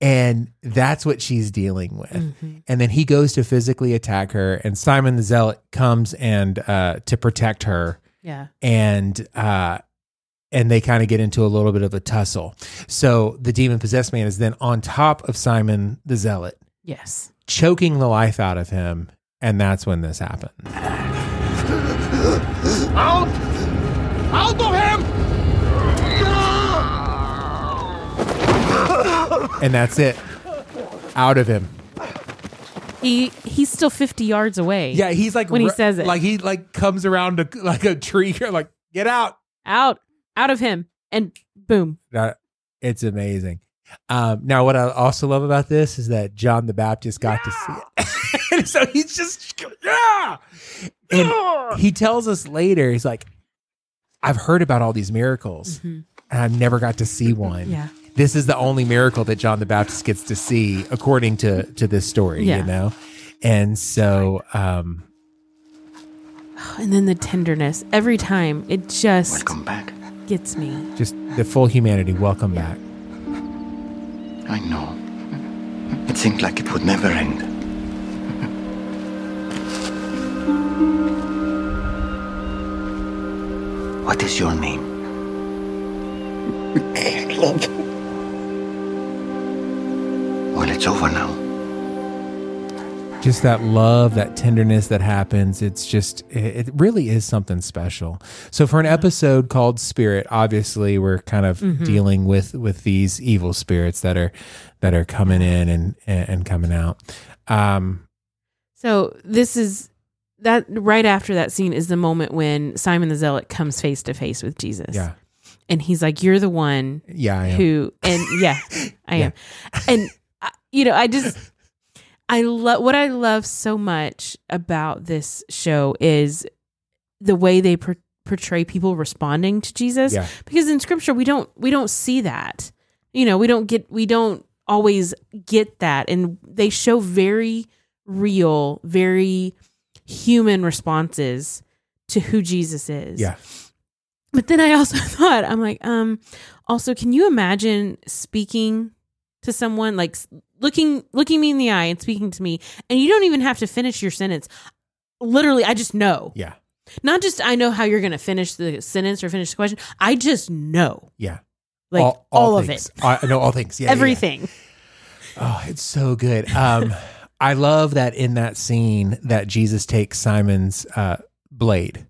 A: And that's what she's dealing with. And then he goes to physically attack her, and Simon the Zealot comes and uh, to protect her,
B: Yeah.
A: and uh, and they kind of get into a little bit of a tussle. So the demon possessed man is then on top of Simon the Zealot,
B: Yes.
A: choking the life out of him, and that's when this happens.
C: Out! Out of him!
A: And that's it, out of him.
B: He he's still 50 yards away.
A: Yeah, he's like
B: When he says it.
A: like he like comes around to like a tree, like get out.
B: Out out of him and boom.
A: That- it's amazing. Um, now, what I also love about this is that John the Baptist got to see it, and so he's just yeah. And he tells us later, he's like, "I've heard about all these miracles, and I've never got to see one.
B: Mm-hmm. Yeah.
A: This is the only miracle that John the Baptist gets to see, according to to this story.
B: Yeah.
A: You know." And so, um,
B: And then the tenderness every time it just
E: Welcome back.
B: gets me.
A: uh, just the full humanity. Welcome back.
E: I know. It seemed like it would never end. What is your name? Caleb. Well, it's over now.
A: just that love that tenderness that happens it's just it it really is something special so for an episode called spirit obviously we're kind of
B: Mm-hmm.
A: dealing with with these evil spirits that are that are coming in and and and coming out um
B: So this is that right after that scene is the moment when Simon the Zealot comes face to face with Jesus.
A: yeah
B: And he's like, You're the one
A: yeah I am.
B: who and yeah i am and I, you know i just i love what i love so much about this show is the way they per- portray people responding to jesus
A: Yeah.
B: because in scripture we don't we don't see that you know we don't get we don't always get that and they show very real very human responses to who jesus is
A: yeah
B: but then I also thought, I'm like, um, also, can you imagine speaking to someone like s- looking looking me in the eye and speaking to me, and you don't even have to finish your sentence. Literally, I just know.
A: yeah
B: Not just I know how you're going to finish the sentence or finish the question. I just know,
A: yeah
B: like all, of
A: things.
B: it,
A: I know all things yeah yeah, yeah.
B: everything.
A: Oh, it's so good. Um, I love that in that scene that Jesus takes Simon's uh, blade,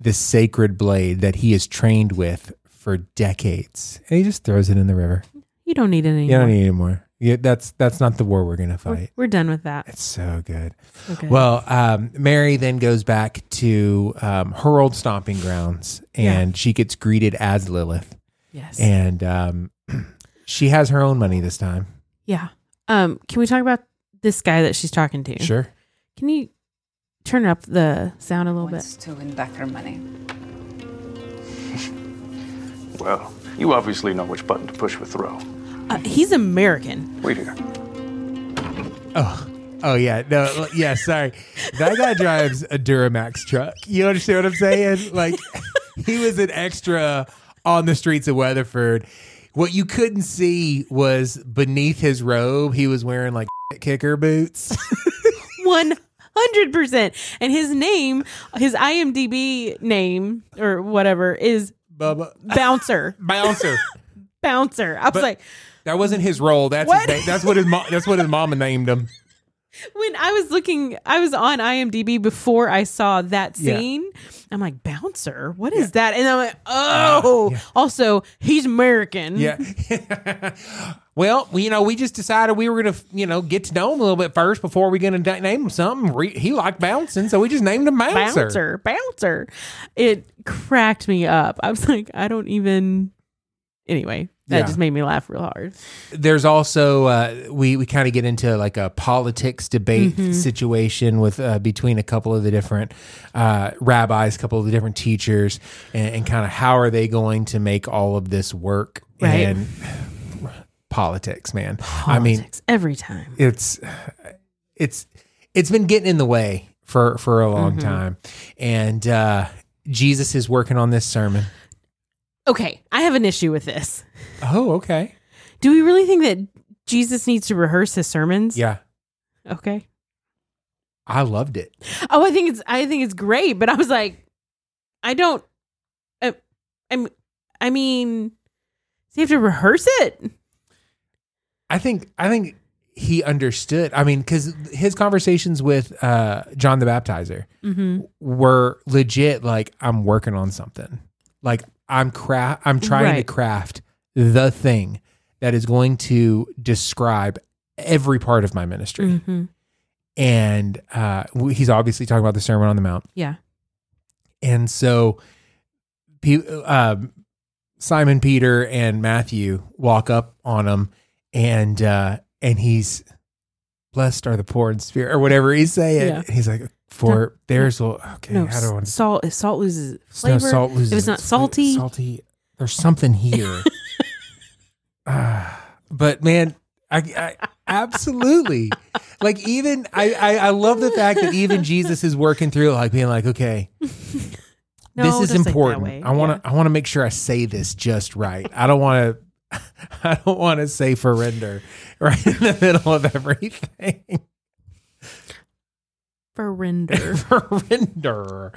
A: this sacred blade that he is trained with for decades, and he just throws it in the river.
B: You don't need it anymore.
A: You don't need any more. Yeah, that's that's not the war we're gonna
B: we're,
A: fight.
B: we're done with that.
A: It's so good.
B: Okay.
A: Well, um, Mary then goes back to um, her old stomping grounds, and she gets greeted as Lilith,
B: yes,
A: and um, she has her own money this time.
B: yeah. Um, can we talk about this guy that she's talking to?
A: Sure.
B: Can you turn up the sound a little bit?
D: Wants to win back her money.
C: Well, Oh, you obviously know which button to push with Roe.
B: Uh, he's American.
C: Wait here.
A: Oh yeah, no, l- yeah. Sorry, that guy drives a Duramax truck. You understand what I'm saying? Like, he was an extra on the streets of Weatherford. What you couldn't see was beneath his robe, he was wearing like kicker boots.
B: One hundred percent. And his name, his IMDb name or whatever, is
A: Bubba
B: Bouncer.
A: Bouncer.
B: Bouncer. I was
A: But-
B: like,
A: That wasn't his role. That's
B: What?
A: His, na- that's what his mom. That's what his mama named him.
B: when I was looking, I was on IMDb before I saw that
A: Yeah.
B: scene. I'm like, bouncer? What is that? And I'm like, oh. Also, he's American.
A: Uh, Yeah. well, you know, we just decided we were going to, you know, get to know him a little bit first before we going to name him something. Re- he liked bouncing, so we just named him Bouncer.
B: Bouncer, bouncer. It cracked me up. I was like, I don't even. Anyway, that
A: Yeah.
B: just made me laugh real hard.
A: There's also uh, we we kind of get into like a politics debate situation with uh, between a couple of the different uh, rabbis, a couple of the different teachers, and, and kind of how are they going to make all of this work
B: Right.
A: and politics, man. I mean,
B: Politics every time.
A: it's it's it's been getting in the way for for a long time and uh jesus is working on this sermon
B: Okay, I have an issue with this.
A: oh okay
B: Do we really think that Jesus needs to rehearse his sermons?
A: yeah
B: Okay.
A: i loved it
B: Oh, I think it's I think it's great, but I was like, I don't. I, I'm. I mean, does he have to rehearse it?
A: i think i think he understood i mean because his conversations with uh john the baptizer
B: Mm-hmm.
A: were legit like i'm working on something like i'm craft i'm trying to
B: Right.
A: craft the thing that is going to describe every part of my ministry
B: Mm-hmm.
A: and uh, w- he's obviously talking about the Sermon on the Mount.
B: Yeah.
A: And so, pe- um, Simon Peter and Matthew walk up on him, and uh, and he's blessed are the poor in spirit or whatever he's saying.
B: Yeah.
A: He's like, for theirs will okay.
B: No,
A: how do I
B: s- salt. If salt loses its
A: no,
B: flavor,
A: salt loses
B: if it's not
A: its fla-
B: salty,
A: salty. There's something here. Ah, but man, I, I absolutely like even I, I I love the fact that even Jesus is working through like being like okay.
B: No,
A: this is
B: don't say it that
A: important.
B: way.
A: I want to. I want to make sure I say this just right. I don't want to. I don't want to say surrender right in the middle of everything.
B: for render.
A: surrender.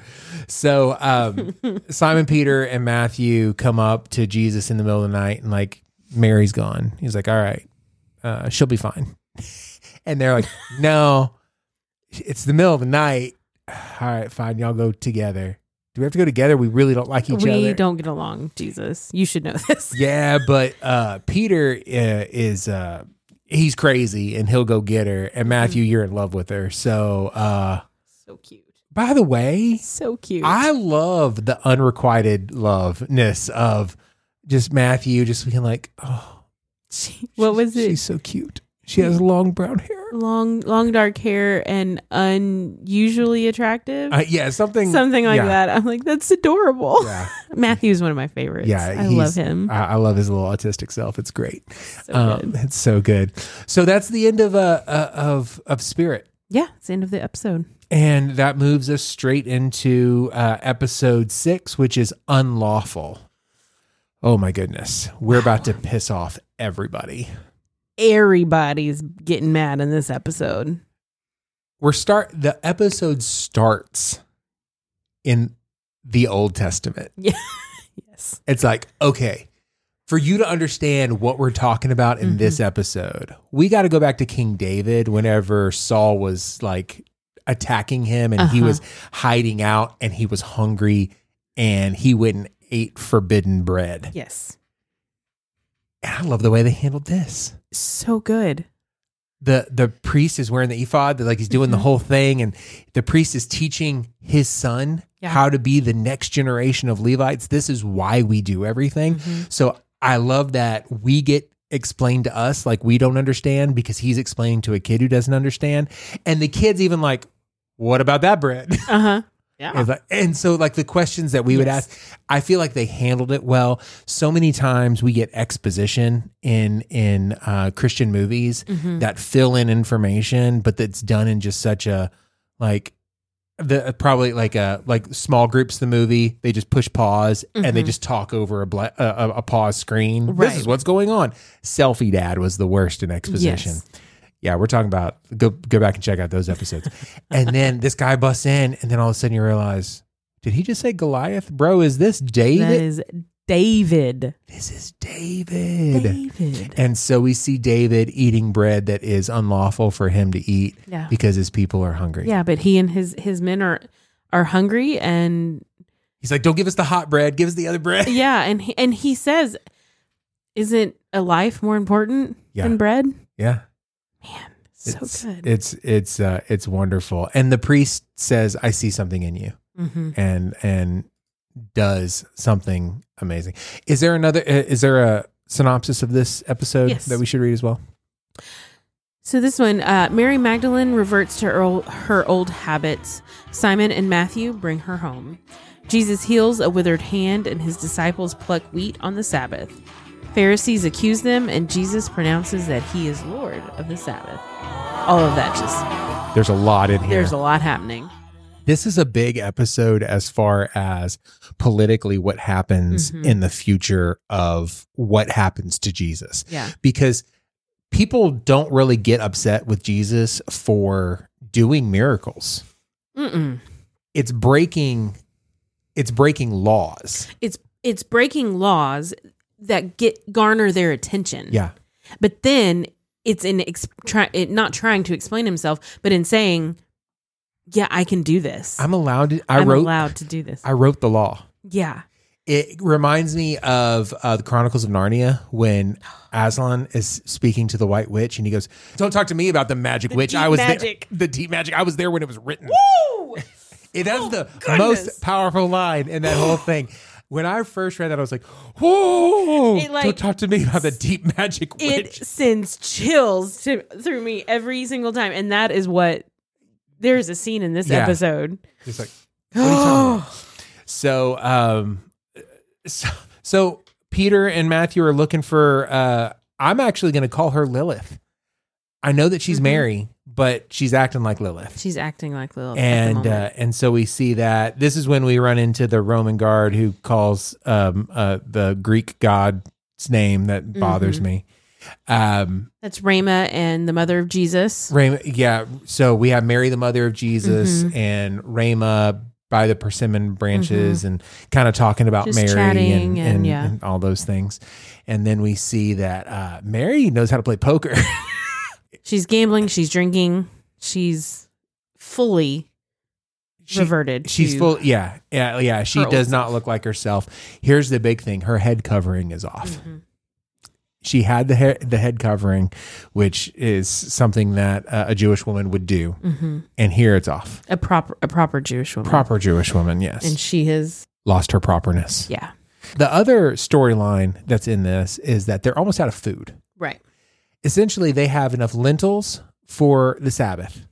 A: So um, Simon Peter and Matthew come up to Jesus in the middle of the night and like Mary's gone. He's like, all right, uh, she'll be fine. And they're like, no, it's the middle of the night. All right, fine, y'all go together. Do we have to go together? We really don't like each other.
B: we don't get along, Jesus. You should know this.
A: Yeah, but uh, Peter uh, is uh, he's crazy and he'll go get her. And Matthew,
B: Mm.
A: you're in love with her. So uh,
B: So cute.
A: by the way,
B: So cute.
A: I love the unrequited loveness of just Matthew just being like, oh,
B: She- what was it? Mm-hmm.
A: She's so cute. She has long brown hair.
B: long, long dark hair and unusually attractive.
A: Uh, yeah, something,
B: Something like
A: yeah,
B: that. I'm like, that's adorable.
A: Yeah,
B: Matthew's one of my favorites.
A: yeah.
B: I
A: he's-
B: love him.
A: I, I love his little autistic self. It's great.
B: So
A: um,
B: good.
A: it's so good. So that's the end of uh, uh, of of Spirit,
B: Yeah, it's the end of the episode.
A: and that moves us straight into uh, episode six, which is unlawful. Oh my goodness, we're about to piss off everybody.
B: Everybody's getting mad in this episode.
A: we're start the episode starts in the old testament
B: Yes.
A: it's like okay for you to understand what we're talking about in this episode we got to go back to king david whenever saul was like attacking him and he
B: Uh-huh.
A: was hiding out and he was hungry and he went and ate forbidden bread
B: Yes.
A: and i love the way they handled this
B: So good.
A: the the priest is wearing the ephod, that like he's doing the
B: Mm-hmm.
A: whole thing, and the priest is teaching his son
B: Yeah.
A: how to be the next generation of Levites. This is why we do everything.
B: Mm-hmm.
A: So I love that we get explained to us like we don't understand because he's explaining to a kid who doesn't understand, and the kid's even like, "What about that bread?"
B: Uh huh. Yeah.
A: It's like- and so, like the questions that we would ask,
B: Yes.
A: I feel like they handled it well. So many times we get exposition in in uh, Christian movies
B: Mm-hmm. Mm.
A: that fill in information, but that's done in just such a like the uh, probably like a like small groups. The movie they just push pause and they just talk over a bla- a, a, a pause screen. This is
B: Right.
A: what's going on. Selfie Dad was the worst in exposition
B: Yes.
A: yeah, we're talking about go go back and check out those episodes. and then this guy busts in, and then all of a sudden you realize, did he just say Goliath? Bro, is this David?
B: That is David.
A: this is David.
B: David.
A: And so we see David eating bread that is unlawful for him to eat
B: Yeah.
A: because his people are hungry.
B: Yeah, but he and his his men are are hungry and
A: He's like, don't give us the hot bread, give us the other bread.
B: Yeah, and he, and he says, "Isn't a life more important
A: Yeah.
B: than bread?"
A: Yeah.
B: Man, so
A: It's,
B: good.
A: it's it's uh it's wonderful. And the priest says, I see something in you
B: hmm
A: and and does something amazing. Is there another uh, is there a synopsis of this episode
B: Yes.
A: that we should read as well?
B: So this one, uh, Mary Magdalene reverts to her old, her old habits. Simon and Matthew bring her home. Jesus heals a withered hand, and his disciples pluck wheat on the Sabbath. Pharisees accuse them, and Jesus pronounces that he is Lord of the Sabbath. All of that just
A: There's a lot in here.
B: there's a lot happening.
A: this is a big episode as far as politically what happens
B: Mhm.
A: in the future of what happens to Jesus
B: Yeah,
A: because people don't really get upset with Jesus for doing miracles.
B: Mm-mm.
A: It's breaking it's breaking laws.
B: it's it's breaking laws that get garner their attention.
A: Yeah.
B: but then it's in ex- try, it not trying to explain himself, but in saying, "Yeah, I can do this.
A: I'm allowed to, I
B: I'm
A: wrote
B: allowed to do this."
A: I wrote the law.
B: yeah,
A: It reminds me of uh, the Chronicles of Narnia when Aslan is speaking to the White Witch, and he goes, "Don't talk to me about the magic witch.
B: deep
A: I was
B: magic."
A: there. The deep magic. I was there when it was written. It has
B: Oh,
A: the
B: goodness.
A: most powerful line in that whole thing. When I first read that, I was like, "Whoa!
B: It, like,
A: don't talk to me about the deep magic
B: it
A: witch."
B: sends chills to, through me every single time, and that is what there's a scene in this
A: Yeah.
B: episode.
A: It's like, what are you talking about? So, um, so, so Peter and Matthew are looking for. Uh, I'm actually going to call her Lilith. I know that she's Mary, but she's acting like Lilith.
B: Mm-hmm. She's acting like Lilith,
A: and
B: and
A: uh, and so we see that this is when we run into the Roman guard who calls um, uh, the Greek god's name that
B: Mm-hmm.
A: bothers me. Um,
B: that's Rama and the mother of Jesus.
A: Rhema, yeah. So we have Mary, the mother of Jesus,
B: Mhm.
A: and Rhema by the persimmon branches, and kind of talking about
B: Mm-hmm. Just
A: Mary and,
B: chatting and-
A: and-
B: yeah.
A: and all those things. And then we see that uh, Mary knows how to play poker.
B: She's gambling. She's drinking. She's fully
A: She-
B: reverted.
A: She's
B: to-
A: full. Yeah, yeah, yeah. She
B: Her old
A: does not look like herself. Here's the big thing: her head covering is off.
B: Mhm.
A: She had the hair, the head covering, which is something that uh, a Jewish woman would do,
B: Mhm.
A: and here it's off.
B: a proper a proper Jewish woman.
A: Proper Jewish woman, yes,
B: Mm-hmm. and she is
A: lost her properness.
B: yeah
A: The other storyline that's in this is that they're almost out of food.
B: right.
A: Essentially, they have enough lentils for the Sabbath,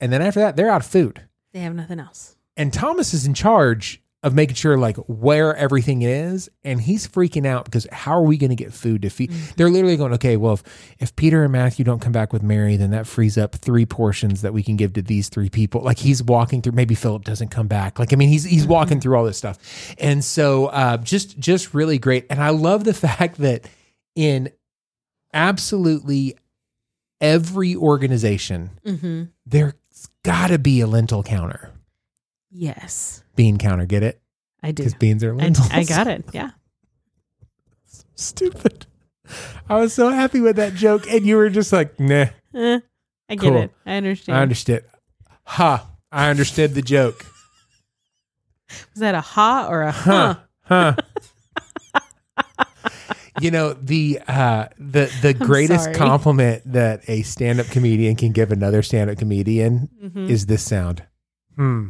A: and then after that, they're out of food.
B: They have nothing else.
A: and Thomas is in charge of making sure like where everything is and he's freaking out because how are we going to get food to feed they're literally going okay well if, if peter and matthew don't come back with mary then that frees up three portions that we can give to these three people like he's walking through maybe philip doesn't come back like i mean he's he's walking through all this stuff and so uh just just really great and i love the fact that in absolutely every organization
B: Mm-hmm.
A: there's got to be a lentil counter
B: Yes,
A: bean counter. Get it?
B: I do.
A: Because beans are
B: I,
A: lentils.
B: I got it. Yeah.
A: Stupid. I was so happy with that joke, and you were just like, "Nah,
B: Eh, I get
A: Cool.
B: it. I understand.
A: I understood." Ha! I understood the joke.
B: Was that a ha or a huh?
A: Huh? Huh? you know the uh, the the greatest
B: sorry.
A: compliment that a stand up comedian can give another stand up comedian
B: Mm-hmm.
A: is this sound. Hmm.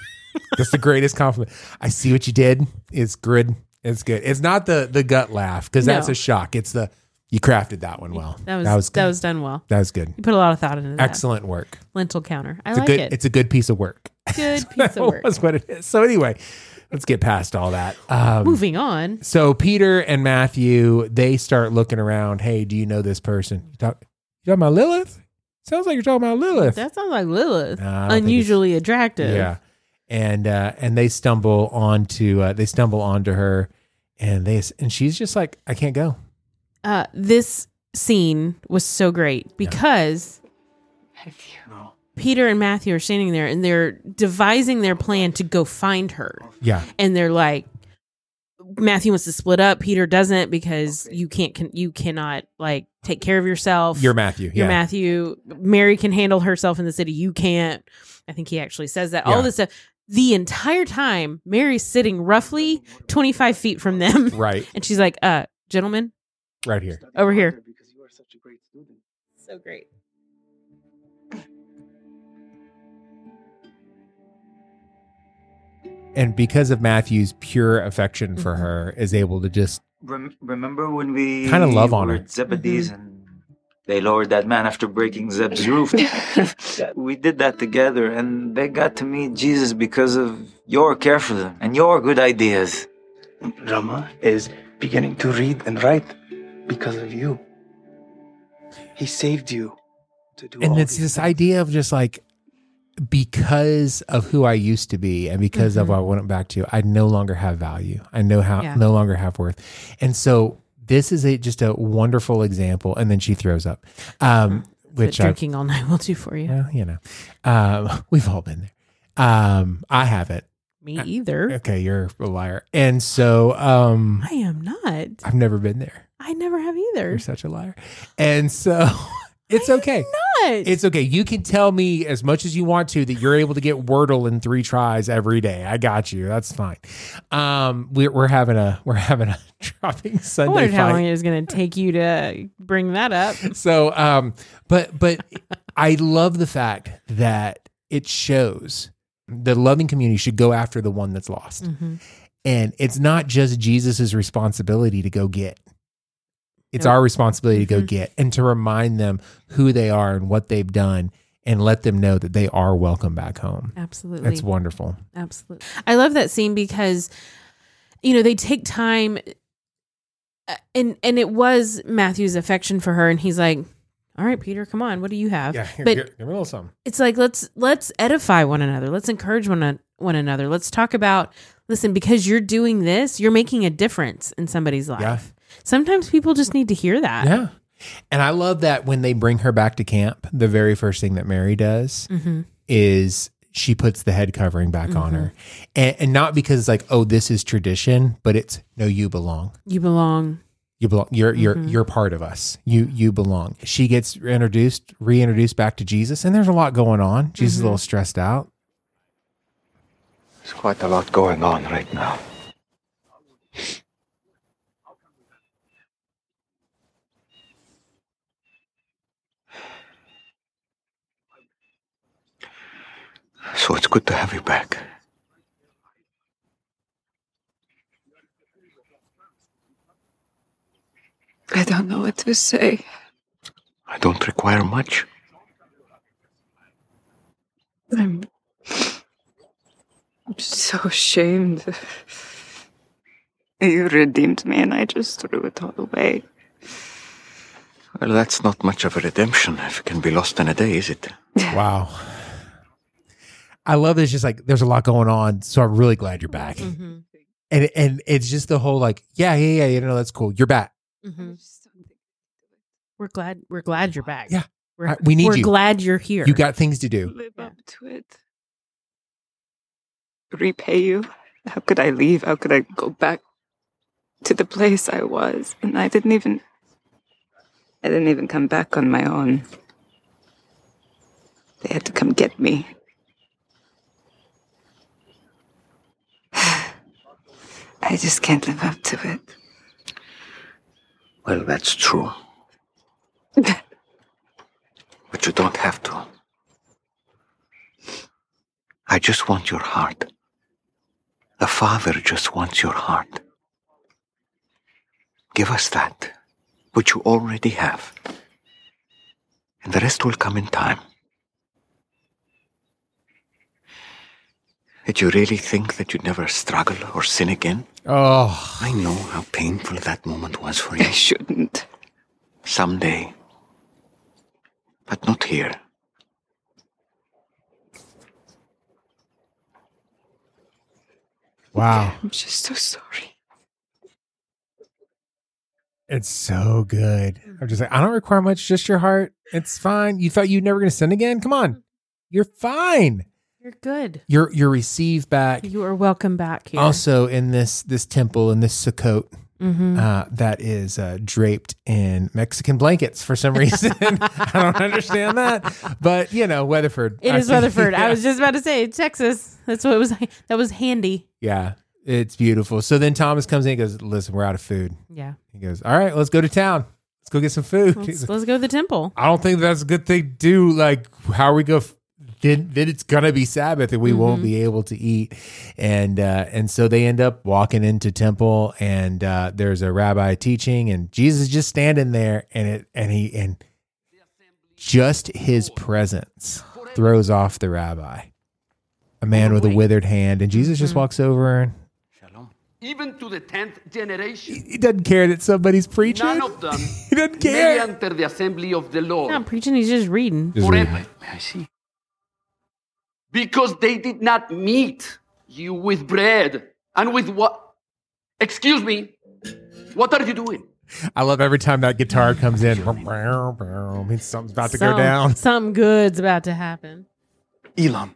A: That's the greatest compliment. I see what you did. It's good. It's good. It's not the the gut laugh because that's
B: No.
A: a shock. It's the you crafted that one well.
B: That was
A: that was good.
B: that was done well.
A: That was good.
B: You put a lot of thought into that.
A: Excellent work.
B: Lentil counter. I
A: It's
B: like
A: a good.
B: it.
A: It's a good piece of work.
B: good piece of work.
A: That's what it is. So anyway, let's get past all that. Um,
B: Moving on.
A: so Peter and Matthew, they start looking around. Hey, do you know this person? You talk, you talking about Lilith? Sounds like you're talking about Lilith.
B: That sounds like Lilith.
A: Nah, I don't think
B: Unusually attractive.
A: yeah, and uh, and they stumble onto uh, they stumble onto her, and they and she's just like, I can't go.
B: Uh, this scene was so great because Peter and Matthew are standing there and they're devising their plan to go find her.
A: Yeah,
B: and they're like Matthew wants to split up, Peter doesn't because you can't can, you cannot like take care of yourself.
A: you're Matthew.
B: You're
A: yeah.
B: Matthew. Mary can handle herself in the city, you can't. I think he actually says that.
A: Yeah.
B: All this stuff. the entire time, Mary's sitting roughly 25 feet from them.
A: Right,
B: And she's like, uh, gentlemen,
A: right here.
B: Over here. So great.
A: And because of Matthew's pure affection for
B: Mm-hmm.
A: her, is able to just
F: Rem- remember when we
A: Kinda love on
F: were
A: her.
F: at Zebedee's and they lowered that man after breaking Zeb's roof. That- we did that together, and they got to meet Jesus because of your care for them and your good ideas.
E: Rama is beginning to read and write because of you. He saved you to do
A: and it's this idea of just like because of who I used to be and because of what I went back to, I no longer have value. I know how
B: Mm-hmm. Yeah.
A: no longer have worth. And so this is a just a wonderful example. And then she throws up. Um
B: But
A: which I
B: Mm-hmm. drinking all night will do for you.
A: well, you know. Um we've all been there. Um I haven't.
B: Me either.
A: Okay, you're a liar. And so um
B: I am not.
A: I've never been there.
B: I never have either.
A: You're such a liar. And so it's okay.
B: Not.
A: It's okay. You can tell me as much as you want to that you're able to get Wordle in three tries every day. I got you. That's fine. Um, we're we're having a we're having a dropping
B: Oh, I
A: Sunday
B: wondered how long
A: fight.
B: it was going to take you to bring that up.
A: So, um, but but I love the fact that it shows the loving community should go after the one that's lost,
B: Mm. Mm-hmm.
A: and it's not just Jesus's responsibility to go get. It's
B: Nope.
A: our responsibility
B: Mm-hmm.
A: to go get and to remind them who they are and what they've done and let them know that they are welcome back home.
B: Absolutely.
A: That's wonderful.
B: Absolutely. I love that scene because you know, they take time uh, and and it was Matthew's affection for her and he's like, "All right, Peter, come on. What do you have?" but
A: give me a little something.
B: it's like let's let's edify one another. Let's encourage one an- one another. Let's talk about listen because you're doing this, you're making a difference in somebody's life.
A: Yeah.
B: Sometimes people just need to hear that.
A: Yeah. And I love that when they bring her back to camp, the very first thing that Mary does is she puts the head covering back on her. And, and not because it's like, oh, this is tradition, but it's no, you belong.
B: You belong.
A: You belong. You're you're you're part of us. You you belong. She gets introduced, reintroduced back to Jesus, and there's a lot going on. Jesus is a little stressed out.
E: There's quite a lot going on right now. So it's good to have you back.
D: I don't know what to say.
E: I don't require much.
D: I'm, I'm so ashamed. You redeemed me and I just threw it all away.
E: Well, that's not much of a redemption if it can be lost in a day, is it?
A: Wow. I love this. Just like there's a lot going on, so I'm really glad you're back.
B: Mm-hmm.
A: And and it's just the whole like, yeah, yeah, yeah, you know, that's cool. You're back.
D: I
B: hmm
D: just don't think
B: We're glad we're glad you're back.
A: Yeah.
B: We're,
A: Uh, we need
B: we're
A: you.
B: glad you're here.
A: You got things to do.
D: live
B: Yeah.
D: up to it. Repay you? How could I leave? How could I go back to the place I was? And I didn't even. I didn't even come back on my own. They had to come get me. I just can't live up to it.
E: Well, that's true. But you don't have to. I just want your heart. A father just wants your heart. Give us that, which you already have. And the rest will come in time. Did you really think that you'd never struggle or sin again?
A: Oh,
E: I know how painful that moment was for you.
D: I shouldn't.
E: Someday. But not here.
A: wow.
D: I'm just so sorry.
A: It's so good. I'm just like, I don't require much, just your heart. It's fine. You thought you were never going to sin again? Come on. You're fine.
B: You're good.
A: You're you're received back.
B: You are welcome back here.
A: Also in this this temple in this Sukkot
B: Mm-hmm.
A: uh, that is uh, draped in Mexican blankets for some reason. I don't understand that, but you know, Weatherford.
B: It
A: I
B: is
A: think-
B: Rutherford.
A: Yeah.
B: I was just about to say Texas. That's what it was. That was handy.
A: yeah, it's beautiful. So then Thomas comes in and goes, "Listen, we're out of food."
B: Yeah.
A: He goes, "All right, let's go to town. Let's go get some food." He's
B: Let's,
A: like,
B: let's go to the temple.
A: I don't think that's a good thing to do. Like, how are we go? F- then, then it's gonna be Sabbath, and we
G: Mm-hmm.
A: won't be able to eat. And uh, and so they end up walking into temple, and uh, there's a rabbi teaching, and Jesus is just standing there, and it and he and just his presence throws off the rabbi, a man with a withered hand, and Jesus
G: Mm-hmm.
A: just walks over and
G: even to the tenth generation.
A: he doesn't care that somebody's preaching.
G: None of them
A: he doesn't
G: may
A: care.
G: enter the assembly of the
B: He's
G: Lord
B: not preaching. He's just reading.
A: Just reading.
G: forever. I see. Because they did not meet you with bread and with what? Excuse me. What are you doing?
A: I love every time that guitar comes in. Means something's about to go
B: Some-
A: down.
B: Something good's about to happen.
E: Elam.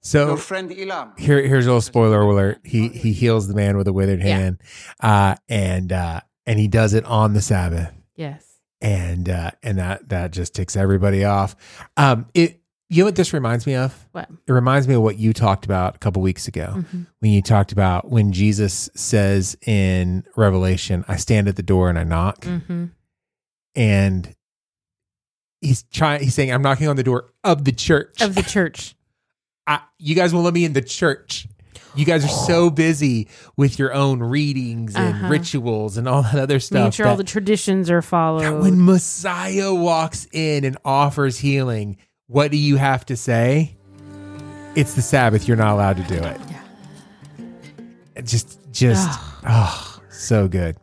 A: So
E: friend Elam.
A: here, here's a little spoiler alert. He he heals the man with a withered
B: Yeah.
A: hand, uh, and uh, and he does it on the Sabbath,
B: Yes.
A: and uh, and that that just ticks everybody off. Um, it you know what this reminds me of?
B: What?
A: It reminds me of what you talked about a couple weeks ago
B: Mm-hmm.
A: when you talked about when Jesus says in Revelation, "I stand at the door and I knock."
B: Mm-hmm.
A: and he's trying he's saying i'm knocking on the door of the church
B: Of the church.
A: I, you guys won't let me in the church you guys are so busy with your own readings and
B: Uh-huh.
A: rituals and all that other
B: Making
A: stuff
B: sure all the
A: that-
B: traditions are
A: that
B: followed.
A: when messiah walks in and offers healing what do you have to say it's the sabbath you're not allowed to do it It just just oh so good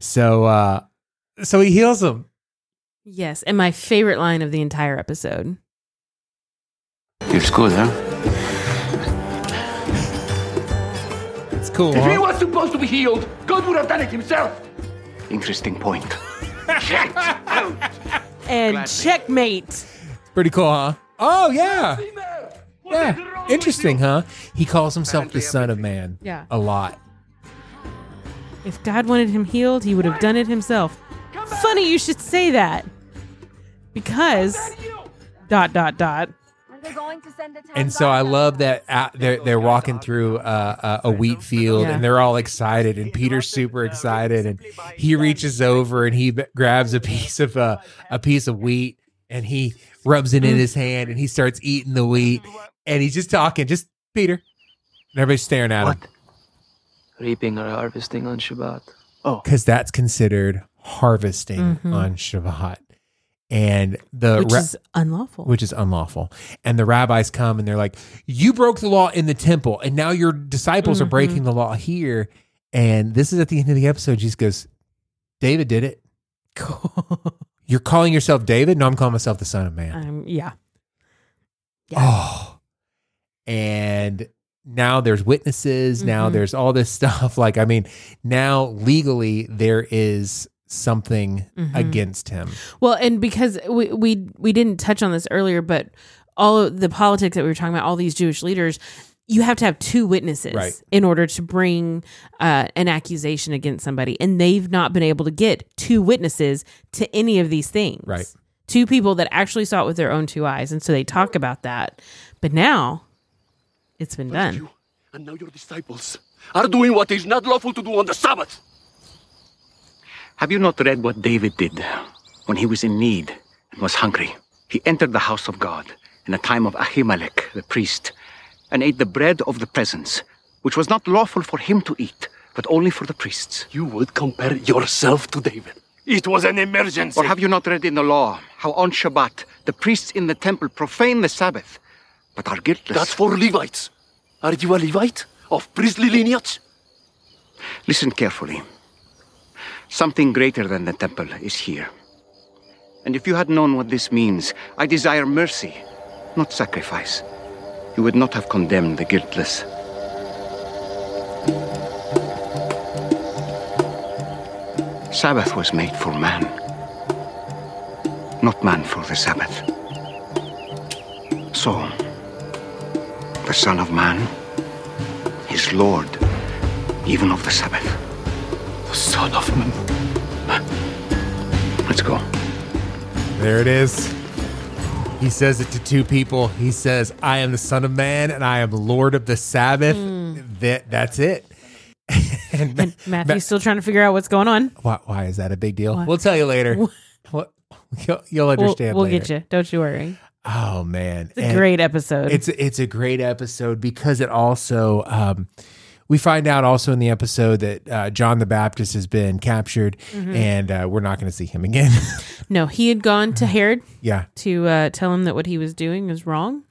A: so uh so he heals him
B: yes. And my favorite line of the entire episode.
C: It's good, huh?
A: it's cool
G: If he
A: huh?
G: was supposed to be healed, God would have done it himself.
E: Interesting point.
B: And checkmate.
A: Pretty cool, huh? Oh yeah, yeah. Interesting, huh? He calls himself the Son of Man.
B: Yeah.
A: a lot.
B: If God wanted him healed, he would have done it himself. Funny you should say that. Because dot dot dot.
H: They're going to send a
A: And so I love that uh, they're they're walking through uh, a, a wheat field
B: Yeah.
A: and they're all excited and Peter's super excited and he reaches over and he b- grabs a piece of uh, a piece of wheat and he rubs it in his hand and he starts eating the wheat and he's just talking just Peter and everybody's staring at him
E: What? Reaping or harvesting on Shabbat. Oh,
A: because that's considered harvesting on Shabbat and the
B: Mm-hmm. Which
A: ra-
B: is unlawful.
A: which is unlawful. And the rabbis come and they're like, "You broke the law in the temple, and now your disciples are breaking the law here." And this is at the end of the episode. Jesus goes, "David did it. You're calling yourself David? No, I'm calling myself the Son of Man."
B: um, yeah.
A: Oh, and now there's witnesses. Now there's all this stuff. Like, I mean, now legally there is something against him.
B: Well, and because we we we didn't touch on this earlier, but all of the politics that we were talking about, all these Jewish leaders, you have to have two witnesses
A: Right.
B: in order to bring uh, an accusation against somebody, and they've not been able to get two witnesses to any of these things.
A: Right.
B: Two people that actually saw it with their own two eyes, and so they talk about that. But now, it's been done.
G: And now your disciples are doing what is not lawful to do on the Sabbath.
I: Have you not read what David did when he was in need and was hungry? He entered the house of God in the time of Ahimelech, the priest, and ate the bread of the presence, which was not lawful for him to eat, but only for the priests.
G: You would compare yourself to David. It was an emergency.
I: Or have you not read in the law how on Shabbat the priests in the temple profane the Sabbath, but are guiltless?
G: That's for Levites. Are you a Levite of priestly lineage?
I: Listen carefully. Something greater than the temple is here. And if you had known what this means, I desire mercy, not sacrifice. You would not have condemned the guiltless. Sabbath was made for man, not man for the Sabbath. So, the Son of Man is Lord even of the Sabbath.
E: The son of man.
I: Let's go.
A: There it is. He says it to two people. He says, "I am the Son of Man, and I am Lord of the Sabbath." That that's it. and
B: Hmm. And Matthew's still trying to figure out what's going on.
A: why, why is that a big deal? We'll tell you later. What? You'll, you'll
B: We'll,
A: understand.
B: we'll
A: later.
B: get you. Don't you worry.
A: Oh man,
B: It's a great episode.
A: It's it's a great episode because it also um, we find out also in the episode that uh, John the Baptist has been captured,
B: Mm-hmm.
A: and uh, we're not going to see him again.
B: no, he had gone to Herod
A: yeah,
B: to uh, tell him that what he was doing was wrong.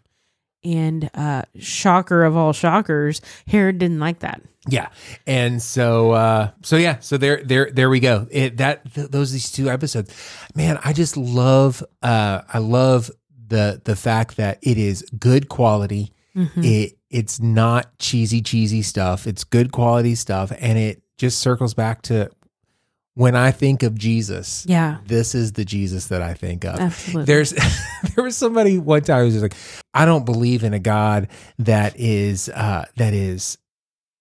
B: And uh, shocker of all shockers, Herod didn't like that.
A: Yeah, and so uh, so yeah, so there there there we go. It that th- those these two episodes, man, I just love uh, I love the the fact that it is good quality. It it's not cheesy cheesy stuff. It's good quality stuff, and it just circles back to when I think of Jesus.
B: Yeah,
A: This is the Jesus that I think of.
B: absolutely.
A: There's Uh, there was somebody one time who was just like, I don't believe in a God that is uh that is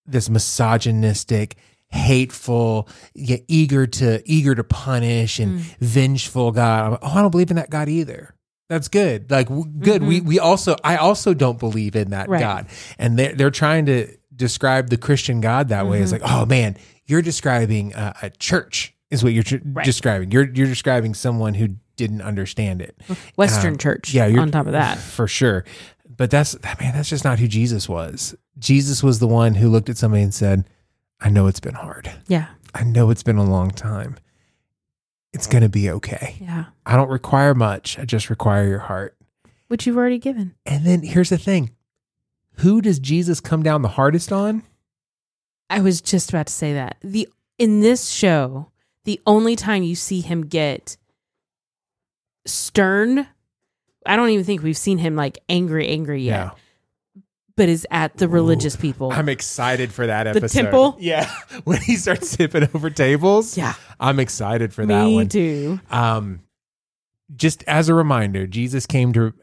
A: this misogynistic, hateful, yet eager to eager to punish and
B: Mm.
A: vengeful God. I'm like, oh, I don't believe in that God either. That's good. Like w- good. We we also I also don't believe in that
B: Mm-hmm. Right.
A: God. And they are they're trying to describe the Christian God that way. It's like, oh man, you're describing a, a church is what you're tr- describing. You're you're describing someone who didn't understand it.
B: Western
A: um,
B: Church.
A: yeah, you're-
B: on top of that,
A: for sure. But that's man, that's just not who Jesus was. Jesus was the one who looked at somebody and said, "I know it's been hard.
B: yeah,
A: I know it's been a long time. It's going to be okay.
B: yeah.
A: I don't require much. I just require your heart."
B: Which you've already given.
A: And then here's the thing. Who does Jesus come down the hardest on?
B: I was just about to say that the in this show, the only time you see him get stern, I don't even think we've seen him like angry, angry yet. But is at the religious people.
A: I'm excited for that
B: The
A: episode.
B: temple?
A: Yeah. When he starts tipping over tables.
B: Yeah.
A: I'm excited for that
B: Me
A: one.
B: too.
A: Um, just as a reminder, Jesus came to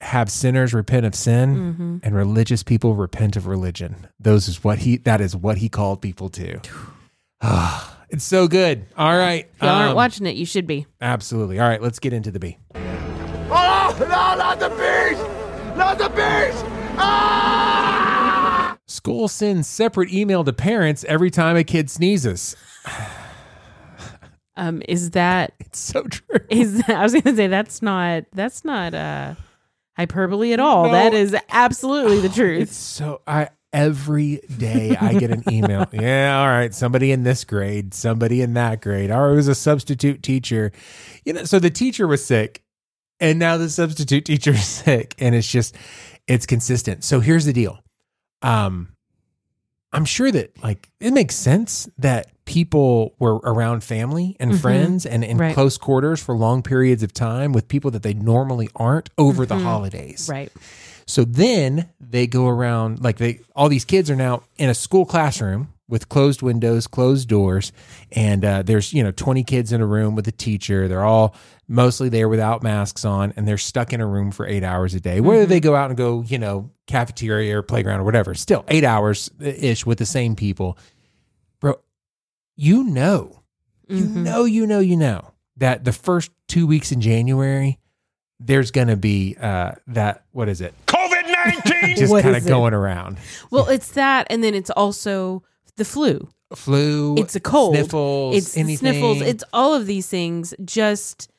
A: have sinners repent of sin
B: hmm
A: and religious people repent of religion. Those is what he that is what he called people to. Ah, it's so good. All right.
B: If y'all aren't
A: Um,
B: watching it, you should be.
A: Absolutely. All right, let's get into the B.
E: Oh, no, not the beast! Not the beast! Ah!
A: School sends separate email to parents every time a kid sneezes.
B: Um, is that
A: It's so true.
B: is that, I was gonna say that's not that's not uh hyperbole at all.
A: No.
B: That is absolutely the truth.
A: It's so I every day I get an email. yeah, all right, somebody in this grade, somebody in that grade. Or it was a substitute teacher. You know, so the teacher was sick and now the substitute teacher is sick and it's just it's consistent. So here's the deal. Um I'm sure that like it makes sense that people were around family and
B: Mhm.
A: friends and in
B: Right.
A: close quarters for long periods of time with people that they normally aren't over the
B: Mhm.
A: holidays.
B: right.
A: So then they go around like they all these kids are now in a school classroom with closed windows, closed doors, and uh, there's you know 20 kids in a room with a teacher. They're all mostly there without masks on, and they're stuck in a room for eight hours a day. Whether they go out and go you know cafeteria or playground or whatever, still eight hours uh, ish with the same people, bro. You know, you
B: Mhm.
A: know, you know, you know that the first two weeks in January. There's gonna be uh, that. What is it?
E: COVID 19!
A: just
B: What
A: kind of
B: is it?
A: going around.
B: Well, it's that, and then it's also the flu.
A: Flu.
B: It's a cold.
A: Sniffles.
B: it's the
A: anything,
B: sniffles. It's all of these things just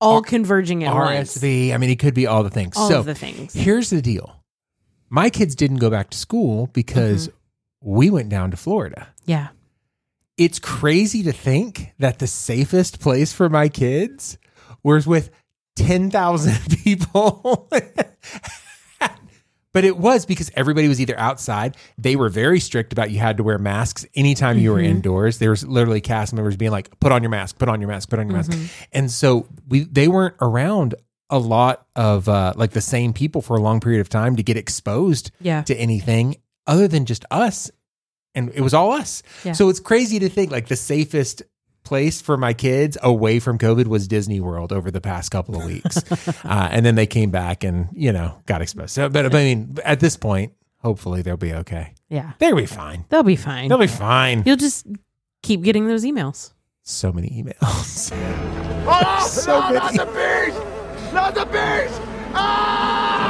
B: all
A: R-
B: converging at once.
A: RSV. I mean, it could be all the things.
B: All
A: so
B: of the things.
A: here's the deal: my kids didn't go back to school because
B: Mm-hmm.
A: we went down to Florida.
B: Yeah.
A: It's crazy to think that the safest place for my kids was with ten thousand people. But it was because everybody was either outside. They were very strict about you had to wear masks anytime you
B: Mm-hmm.
A: were indoors. There was literally cast members being like, "Put on your mask, put on your mask, put on your
B: Mm-hmm.
A: mask." And so we they weren't around a lot of uh, like the same people for a long period of time to get exposed
B: Yeah.
A: to anything other than just us. And it was all us.
B: Yeah.
A: So it's crazy to think like the safest place for my kids away from COVID was Disney World over the past couple of weeks. uh, and then they came back and, you know, got exposed. So, but, but I mean, at this point, hopefully they'll be okay.
B: Yeah.
A: They'll be fine.
B: They'll be fine.
A: They'll be fine.
B: You'll just keep getting those emails.
A: So many emails. Oh.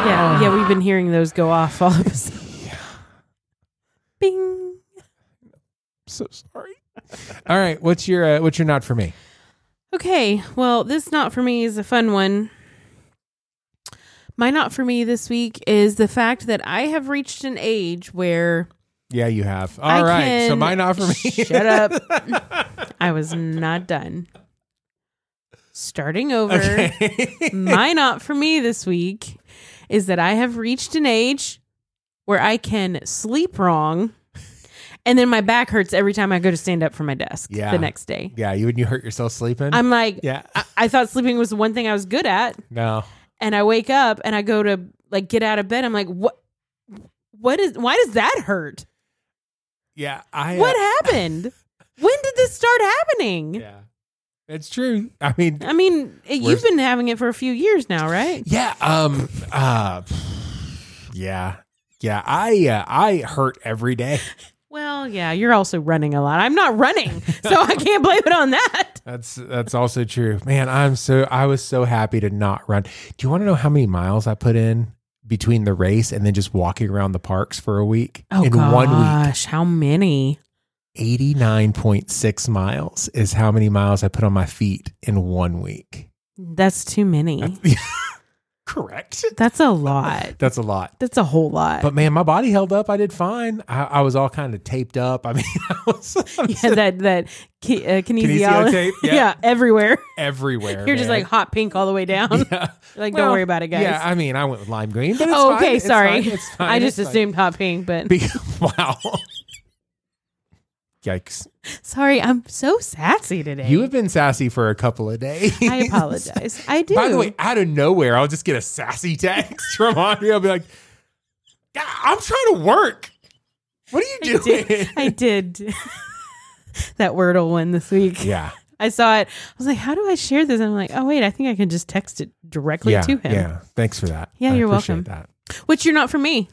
B: Yeah. Yeah. We've been hearing those go off all episode. Bing.
A: so sorry. All right, what's your uh, what's your not for me?
B: Okay, well, this not for me is a fun one. My not for me this week is the fact that I have reached an age where
A: Yeah, you have. All right, so
B: can-
A: my not for me.
B: Shut up. I was not done. Starting over,
A: okay.
B: my not for me this week is that I have reached an age where I can sleep wrong and then my back hurts every time I go to stand up from my desk
A: Yeah.
B: the next day.
A: yeah, you when you hurt yourself sleeping.
B: I'm like,
A: yeah,
B: I, I thought sleeping was the one thing I was good at.
A: no.
B: and I wake up and I go to like get out of bed. I'm like, what? What is? Why does that hurt?
A: Yeah, I.
B: What
A: uh,
B: happened? when did this start happening?
A: yeah, that's true. I mean,
B: I mean, it, you've
A: Where's-
B: been having it for a few years now, right?
A: yeah. Um. Uh. Yeah. Yeah. I. Uh, I hurt every day.
B: Well, yeah, you're also running a lot. I'm not running, so I can't blame it on that.
A: That's that's also true. Man, I'm so I was so happy to not run. Do you want to know how many miles I put in between the race and then just walking around the parks for a week?
B: Oh
A: in
B: gosh,
A: one week,
B: how many?
A: 89.6 miles is how many miles I put on my feet in one week.
B: That's too many.
A: Correct.
B: That's a lot.
A: That's a lot.
B: That's a whole lot.
A: But man, my body held up. I did fine. I, I was all kind of taped up. I mean, I was, I was
B: yeah, that that ki- uh, kinesiology.
A: tape, yeah.
B: Yeah. everywhere.
A: everywhere.
B: You're just
A: man.
B: like hot pink all the way down.
A: yeah.
B: Like, don't worry about it, guys.
A: Yeah, I mean, I went with lime green, but it's
B: oh,
A: fine.
B: okay.
A: It's
B: Sorry.
A: fine. It's fine.
B: I just
A: It's fine.
B: assumed hot pink, but
A: Be- wow. Yikes.
B: sorry, I'm so sassy today.
A: You have been sassy for a couple of days.
B: I apologize. I do.
A: By the way, out of nowhere, I'll just get a sassy text from Andrea. I'll be like, "God, I'm trying to work. What are
B: I
A: you doing?
B: did. I did. that Wordle one this week.
A: yeah.
B: I saw it. I was like, how do I share this? I'm like, oh, wait, I think I can just text it directly
A: Yeah.
B: to him.
A: Yeah. Thanks for that.
B: Yeah,
A: I
B: you're
A: appreciate
B: welcome.
A: That.
B: Which you're not for me,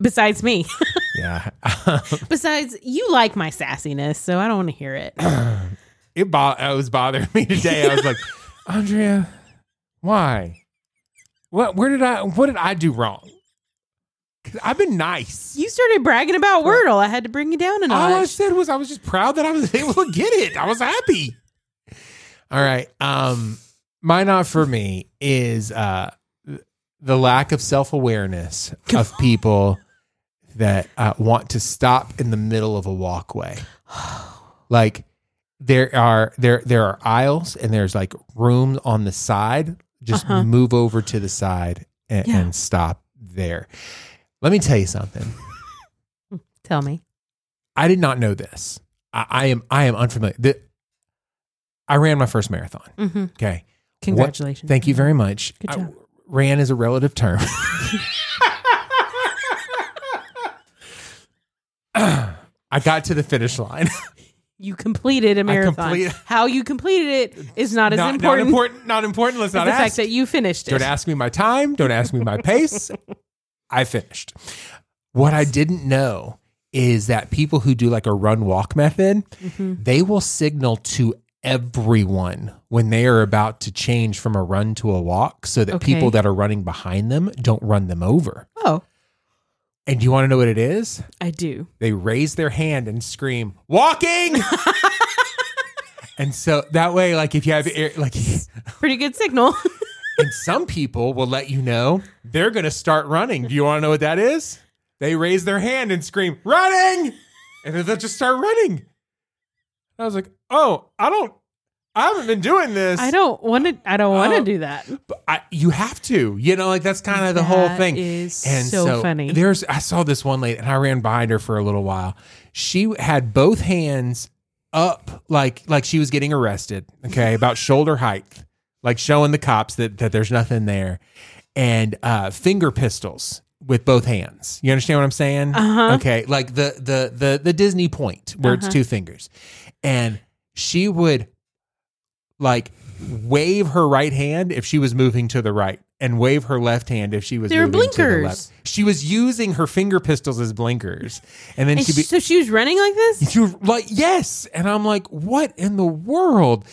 B: besides me.
A: Yeah.
B: besides, you like my sassiness, so I don't want to hear it.
A: it, bo- it was bothering me today. I was like, Andrea, why? What? Where did I? What did I do wrong? 'Cause I've been nice.
B: You started bragging about Wordle. I had to bring you down a
A: All I
B: notch.
A: said was I was just proud that I was able to get it. I was happy. All right. Um my not for me is uh the lack of self-awareness of people that uh, want to stop in the middle of a walkway. Like there are there there are aisles and there's like rooms on the side. Just
B: Uh-huh.
A: move over to the side and,
B: Yeah.
A: and stop there. Let me tell you something.
B: Tell me.
A: I did not know this. I, I am I am unfamiliar. The- I ran my first marathon.
B: Mm-hmm.
A: Okay,
B: Congratulations.
A: thank you very much.
B: Good
A: I-
B: job.
A: ran is a relative term. I got to the finish line.
B: You completed a marathon.
A: complete-
B: How you completed it is not as
A: not,
B: important,
A: not important. Not important. Let's
B: as
A: not
B: the
A: ask.
B: fact that you finished it.
A: Don't ask me my time. Don't ask me my pace. I finished. What I didn't know is that people who do like a run walk method, they will signal to everyone when they are about to change from a run to a walk so that
B: Okay.
A: people that are running behind them don't run them over.
B: Oh,
A: And you want to know what it is?
B: I do.
A: They raise their hand and scream, walking. and so that way, like if you have air, like
B: Pretty good signal.
A: and some people will let you know they're going to start running. Do you want to know what that is? They raise their hand and scream, running! And then they'll just start running. And I was like, oh, I don't, I haven't been doing this.
B: I don't want to. I don't want to
A: Oh.
B: do that.
A: But I, you have to, you know, like that's kind of the whole
B: That
A: thing.
B: is so funny.
A: There's, I saw this one lady and I ran behind her for a little while. She had both hands up, like, like she was getting arrested. Okay. About shoulder height, like showing the cops that, that there's nothing there and, uh, finger pistols with both hands. You understand what I'm saying?
B: Uh-huh.
A: Okay. Like the, the, the, the Disney point where it's
B: Uh-huh.
A: two fingers and she would like wave her right hand if she was moving to the right and wave her left hand if she was.
B: They were
A: moving to the
B: blinkers.
A: left. She was using her finger pistols as blinkers, and then
B: And
A: she. Be-
B: so she was running like this?
A: you were like yes and i'm like what in the world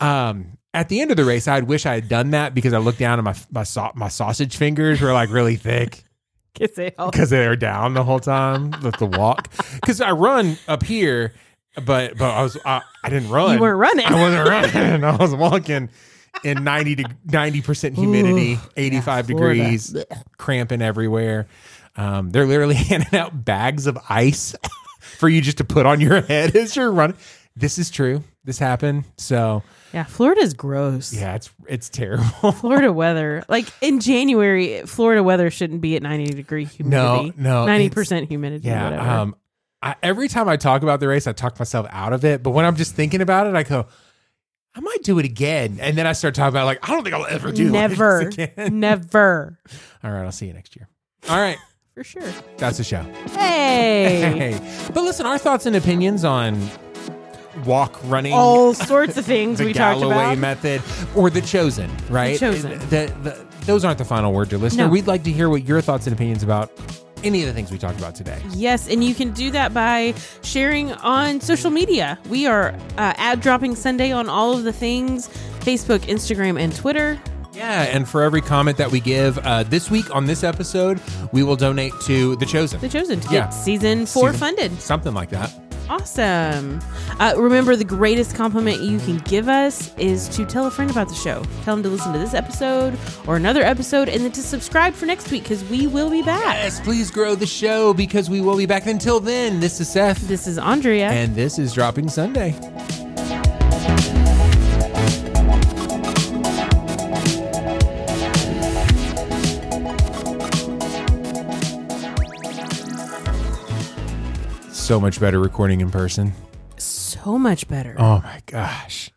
A: um at the end of the race i'd wish i had done that because i looked down and my my, sau- my sausage fingers were like really thick
B: Yes, they all-
A: because they were down the whole time with the walk because i run up here but but i was i, I didn't run
B: You weren't running.
A: i wasn't running i was walking in 90 to 90% humidity 85
B: Florida.
A: degrees cramping everywhere um, they're literally handing out bags of ice for you just to put on your head as you're running this is true this happened so
B: Yeah, Florida's gross.
A: yeah it's it's terrible
B: Florida weather, like in January, Florida weather shouldn't be at 90 degree humidity.
A: no,
B: 90% humidity.
A: Yeah.
B: whatever.
A: Um, I, every time I talk about the race, I talk myself out of it. But when I'm just thinking about it, I go, I might do it again. And then I start talking about it, like, I don't think I'll ever do
B: never,
A: this again.
B: never,
A: All right. I'll see you next year. All right.
B: for sure.
A: That's the show.
B: Hey,
A: Hey. But listen, our thoughts and opinions on walk running.
B: all sorts of things
A: the
B: we talked
A: Galloway
B: about.
A: method or the chosen, right?
B: Chosen.
A: The- the- those aren't the final word, dear listener.
B: No.
A: We'd like to hear what your thoughts and opinions about any of the things we talked about today.
B: Yes, and you can do that by sharing on social media. We are uh, ad dropping Sunday on all of the things Facebook, Instagram, and Twitter.
A: Yeah, and for every comment that we give uh, this week on this episode, we will donate to The Chosen.
B: The Chosen to get
A: Yeah.
B: season four
A: Season-
B: funded.
A: Something like that.
B: Awesome. Uh, remember, the greatest compliment you can give us is to tell a friend about the show. Tell them to listen to this episode or another episode and then to subscribe for next week because we will be back.
A: Yes, please grow the show because we will be back. Until then, this is Seth.
B: This is Andrea.
A: and this is Dropping Sunday. So much better recording in person.
B: so much better.
A: Oh my gosh.